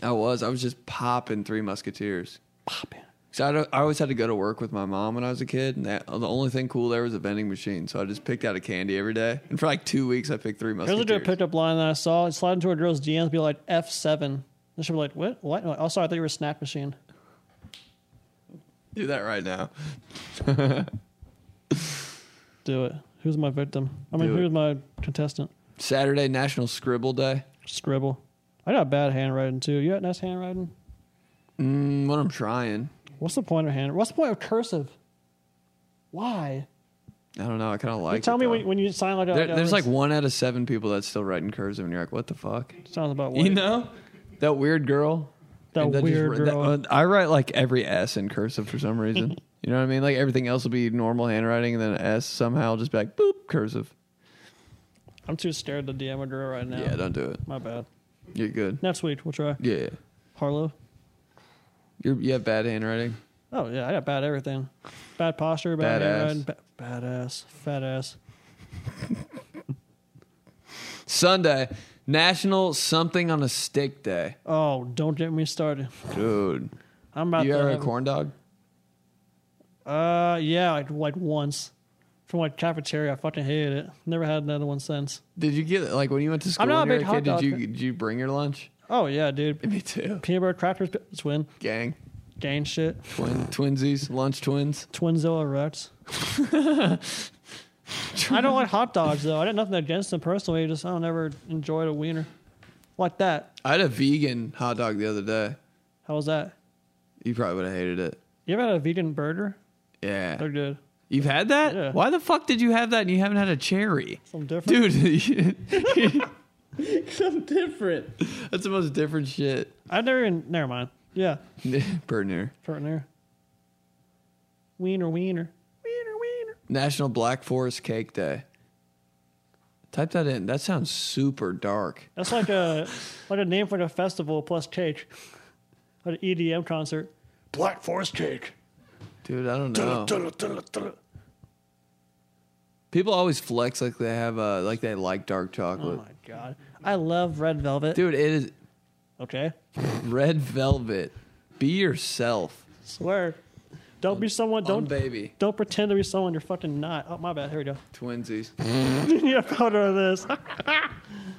I was. I was just popping Three Musketeers.
Poppin'.
So I, don't- I always had to go to work with my mom when I was a kid, and that, the only thing cool there was a vending machine. So I just picked out a candy every day, and for like two weeks, I picked three
There's a
musketeers.
dude pickup line that I saw. It slid into a girl's DMs, be like F seven. And she'll be like, what? What? I'm like, oh, sorry, I thought you were a snap machine.
Do that right now.
Do it. Who's my victim? I mean,
Do it.
who's my contestant?
Saturday National Scribble Day.
Scribble. I got bad handwriting too. You got nice handwriting.
Mm, What I'm trying,
What's the point of hand? What's the point of cursive? Why?
I don't know. I kind of
You
like.
tell
it,
me
though.
when, when you sign like a,
There-
a-
there's like one out of seven people that's still writing cursive, and you're like, what the fuck?
sounds about
You
what
know, that weird girl.
that
And that just-
weird
that-
girl.
uh, I write like every S in cursive for some
<laughs>
reason. you know what I mean? Like everything else will be normal handwriting, and then an S somehow will just be like boop cursive.
I'm too scared to DM a girl right now.
Yeah, don't do it.
My bad.
You're good.
Next week we'll try.
Yeah,
Harlow.
you're you have bad handwriting.
Oh yeah, I got bad everything. Bad posture, bad
Badass.
handwriting, ba- badass, fat ass.
Sunday, National Something on a Stick Day,
Oh, don't get me started.
dude.
I'm about
you
to
ever had
have-
a corn dog?
Uh yeah, like, like once. From like cafeteria, I fucking hated it. Never had another one since.
Did you get like when you went to school?
I'm not
when you
a big
were kid,
hot
Did
dog
you
fan.
did you bring your
<laughs>
lunch?
Oh yeah, dude.
Me too.
Peanut butter crackers, p- twin,
Gang,
gang shit,
twin twinsies, lunch twins.
twinzilla Rex. <laughs> I don't like hot dogs though. I did nothing against them personally. Just I don't ever enjoyed a wiener like that.
I had a vegan hot dog the other day.
How was that?
You probably would have hated it.
You ever had a vegan burger?
Yeah.
They're good.
You've had that?
Yeah.
Why the fuck did you have that and you haven't had a cherry?
Something different.
Dude, <laughs>
Something different.
that's the most different shit. <laughs>
I never even. Never mind. Yeah,
Partner.
partner. Wiener, wiener, wiener, wiener.
National Black Forest Cake Day. Type that in. That sounds super dark.
That's like a <laughs> like a name for the festival plus cake, like an EDM concert.
Black Forest cake.
Dude, I don't know.
Dun-dun-dun-dun-dun.
People always flex like they have uh like they like dark
Oh
chocolate.
my god, I love red velvet.
Dude, it is
Okay,
red velvet. Be yourself.
swear, don't be someone.
Don't
Don't
baby.
don't pretend to be someone you're fucking not. Oh my bad. Here we go. <laughs>
Twinsies.
You need a photo of this.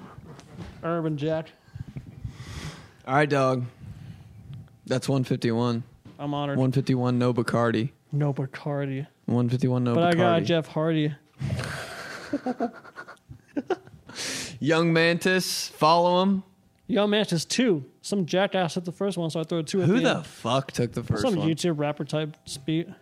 <laughs> Urban Jack,
All right, dog. That's 151.
I'm honored.
151 no Bacardi.
No Bacardi,
151 no
but I
Bacardi.
got Jeff Hardy.
Young Mantis, follow him.
Young Mantis two. Some jackass hit the first one, so I throw two. at
Who
the
the
end.
fuck took the first
some
one?
YouTube rapper type speed.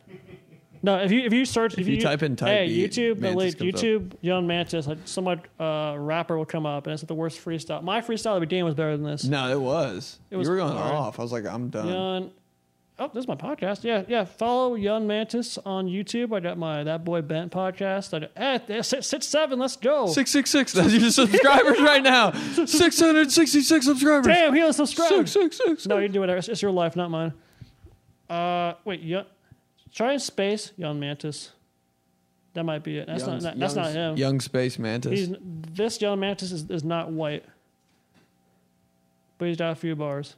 No, if you if you search if,
you type in type
hey
beat,
YouTube the
Mantis
late
comes up.
YouTube Young Mantis like some like, uh, rapper will come up and it's like the worst freestyle. My freestyle of the game was better than this.
No, it was.
was
you were going
hard.
off. I was like, I'm done.
Young, oh, this is my podcast. Yeah, yeah. Follow Young Mantis on YouTube. I got my That Boy Bent podcast. I got, eh, eh, six, six seven. Let's go.
Six six six. That's your subscribers right now. Six hundred sixty six subscribers.
Damn, he was subscribed.
Six six six.
No, you can do whatever. It's, it's your life, not mine. Uh, wait. Young, try and space Young Mantis. That might be it. That's
Young-
not. That's
young-
not him.
Young Space Mantis.
He's this yellow mantis is, is not white, but he's got a few bars.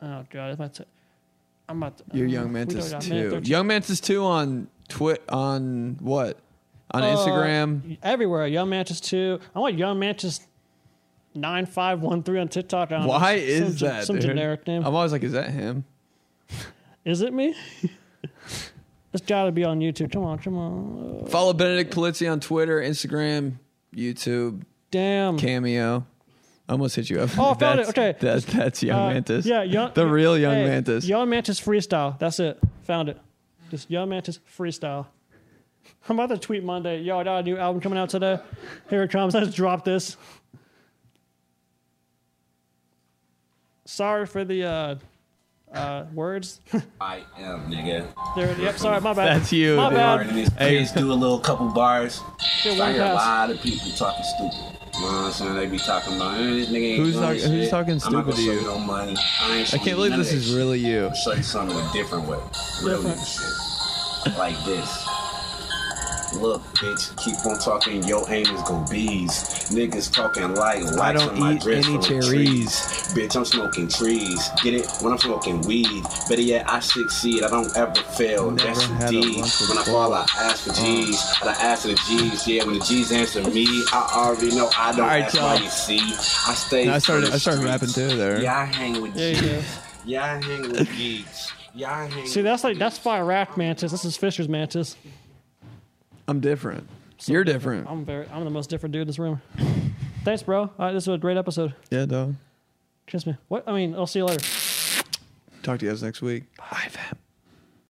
Oh god, if I t- I'm about to,
You're
uh,
Young
we
Mantis
got a minute
two.
13.
Young Mantis two on twit on what? On
Uh,
Instagram.
everywhere. Young Mantis two. I want Young Mantis nine five one three on TikTok. I don't know,
Why
some-
is
some,
that?
some
dude?
generic name?
I'm always like, is that him?
is
<laughs>
it me? it's got to be on YouTube. Come on, come on. Uh,
Follow Benedict Polizzi on Twitter, Instagram, YouTube,
damn.
Cameo. I almost hit you up.
Oh, I found it.
That's-
Okay.
That, that's Young
Uh,
Mantis.
Yeah, young,
The real Young
hey,
Mantis.
Young Mantis freestyle. That's it. Found it. Just Young Mantis freestyle. I'm about to tweet Monday. Yo, I got a new album coming out today. Here it comes. Let's drop this. Sorry for the uh, uh, words.
I am, nigga.
there, yep, sorry, my bad.
That's you,
My
dude.
bad.
Please do a little couple bars.
Did
I
one
hear a
pass.
lot of people talking stupid. You know what I'm saying? They be talking about, eh, this nigga ain't
Who's
doing
talk-
this
who's
shit.
talking
I'm not
stupid to
gonna show
you?
no money. I, ain't
I
showing you
can't believe
none of
this is
that
really you.
shit. Show you something a different way. Real
Different.
nigga shit. Like this. Look, bitch, keep on talking, yo anus go bees. Niggas talking like
I
lights
don't
on my
eat
dress
any
from the
cherries.
trees. Bitch, I'm smoking trees. Get it? When I'm smoking weed. Better yet, I succeed. I don't ever fail.
Never
That's the
had a
D.
lunch with
When I
balls.
fall, I ask for G's. I don't ask for the G's. Yeah, when the G's answer me, I already know I don't
All right,
ask
y'all.
why you see. I stay.
No, I
from
started.
the
I started
streets.
rapping too. There.
Yeah, I hang with
There you go.
G's. Yeah, I hang with G's. Yeah, I hang
See, that's like that's by Rack Mantis. This is Fisher's Mantis.
I'm different. You're different.
I'm very. I'm the most different dude in this room. Thanks, bro. All right, this was a great episode.
Yeah, dog.
Kiss me. What? I mean, I'll see you later.
Talk to you guys next week. Bye, fam.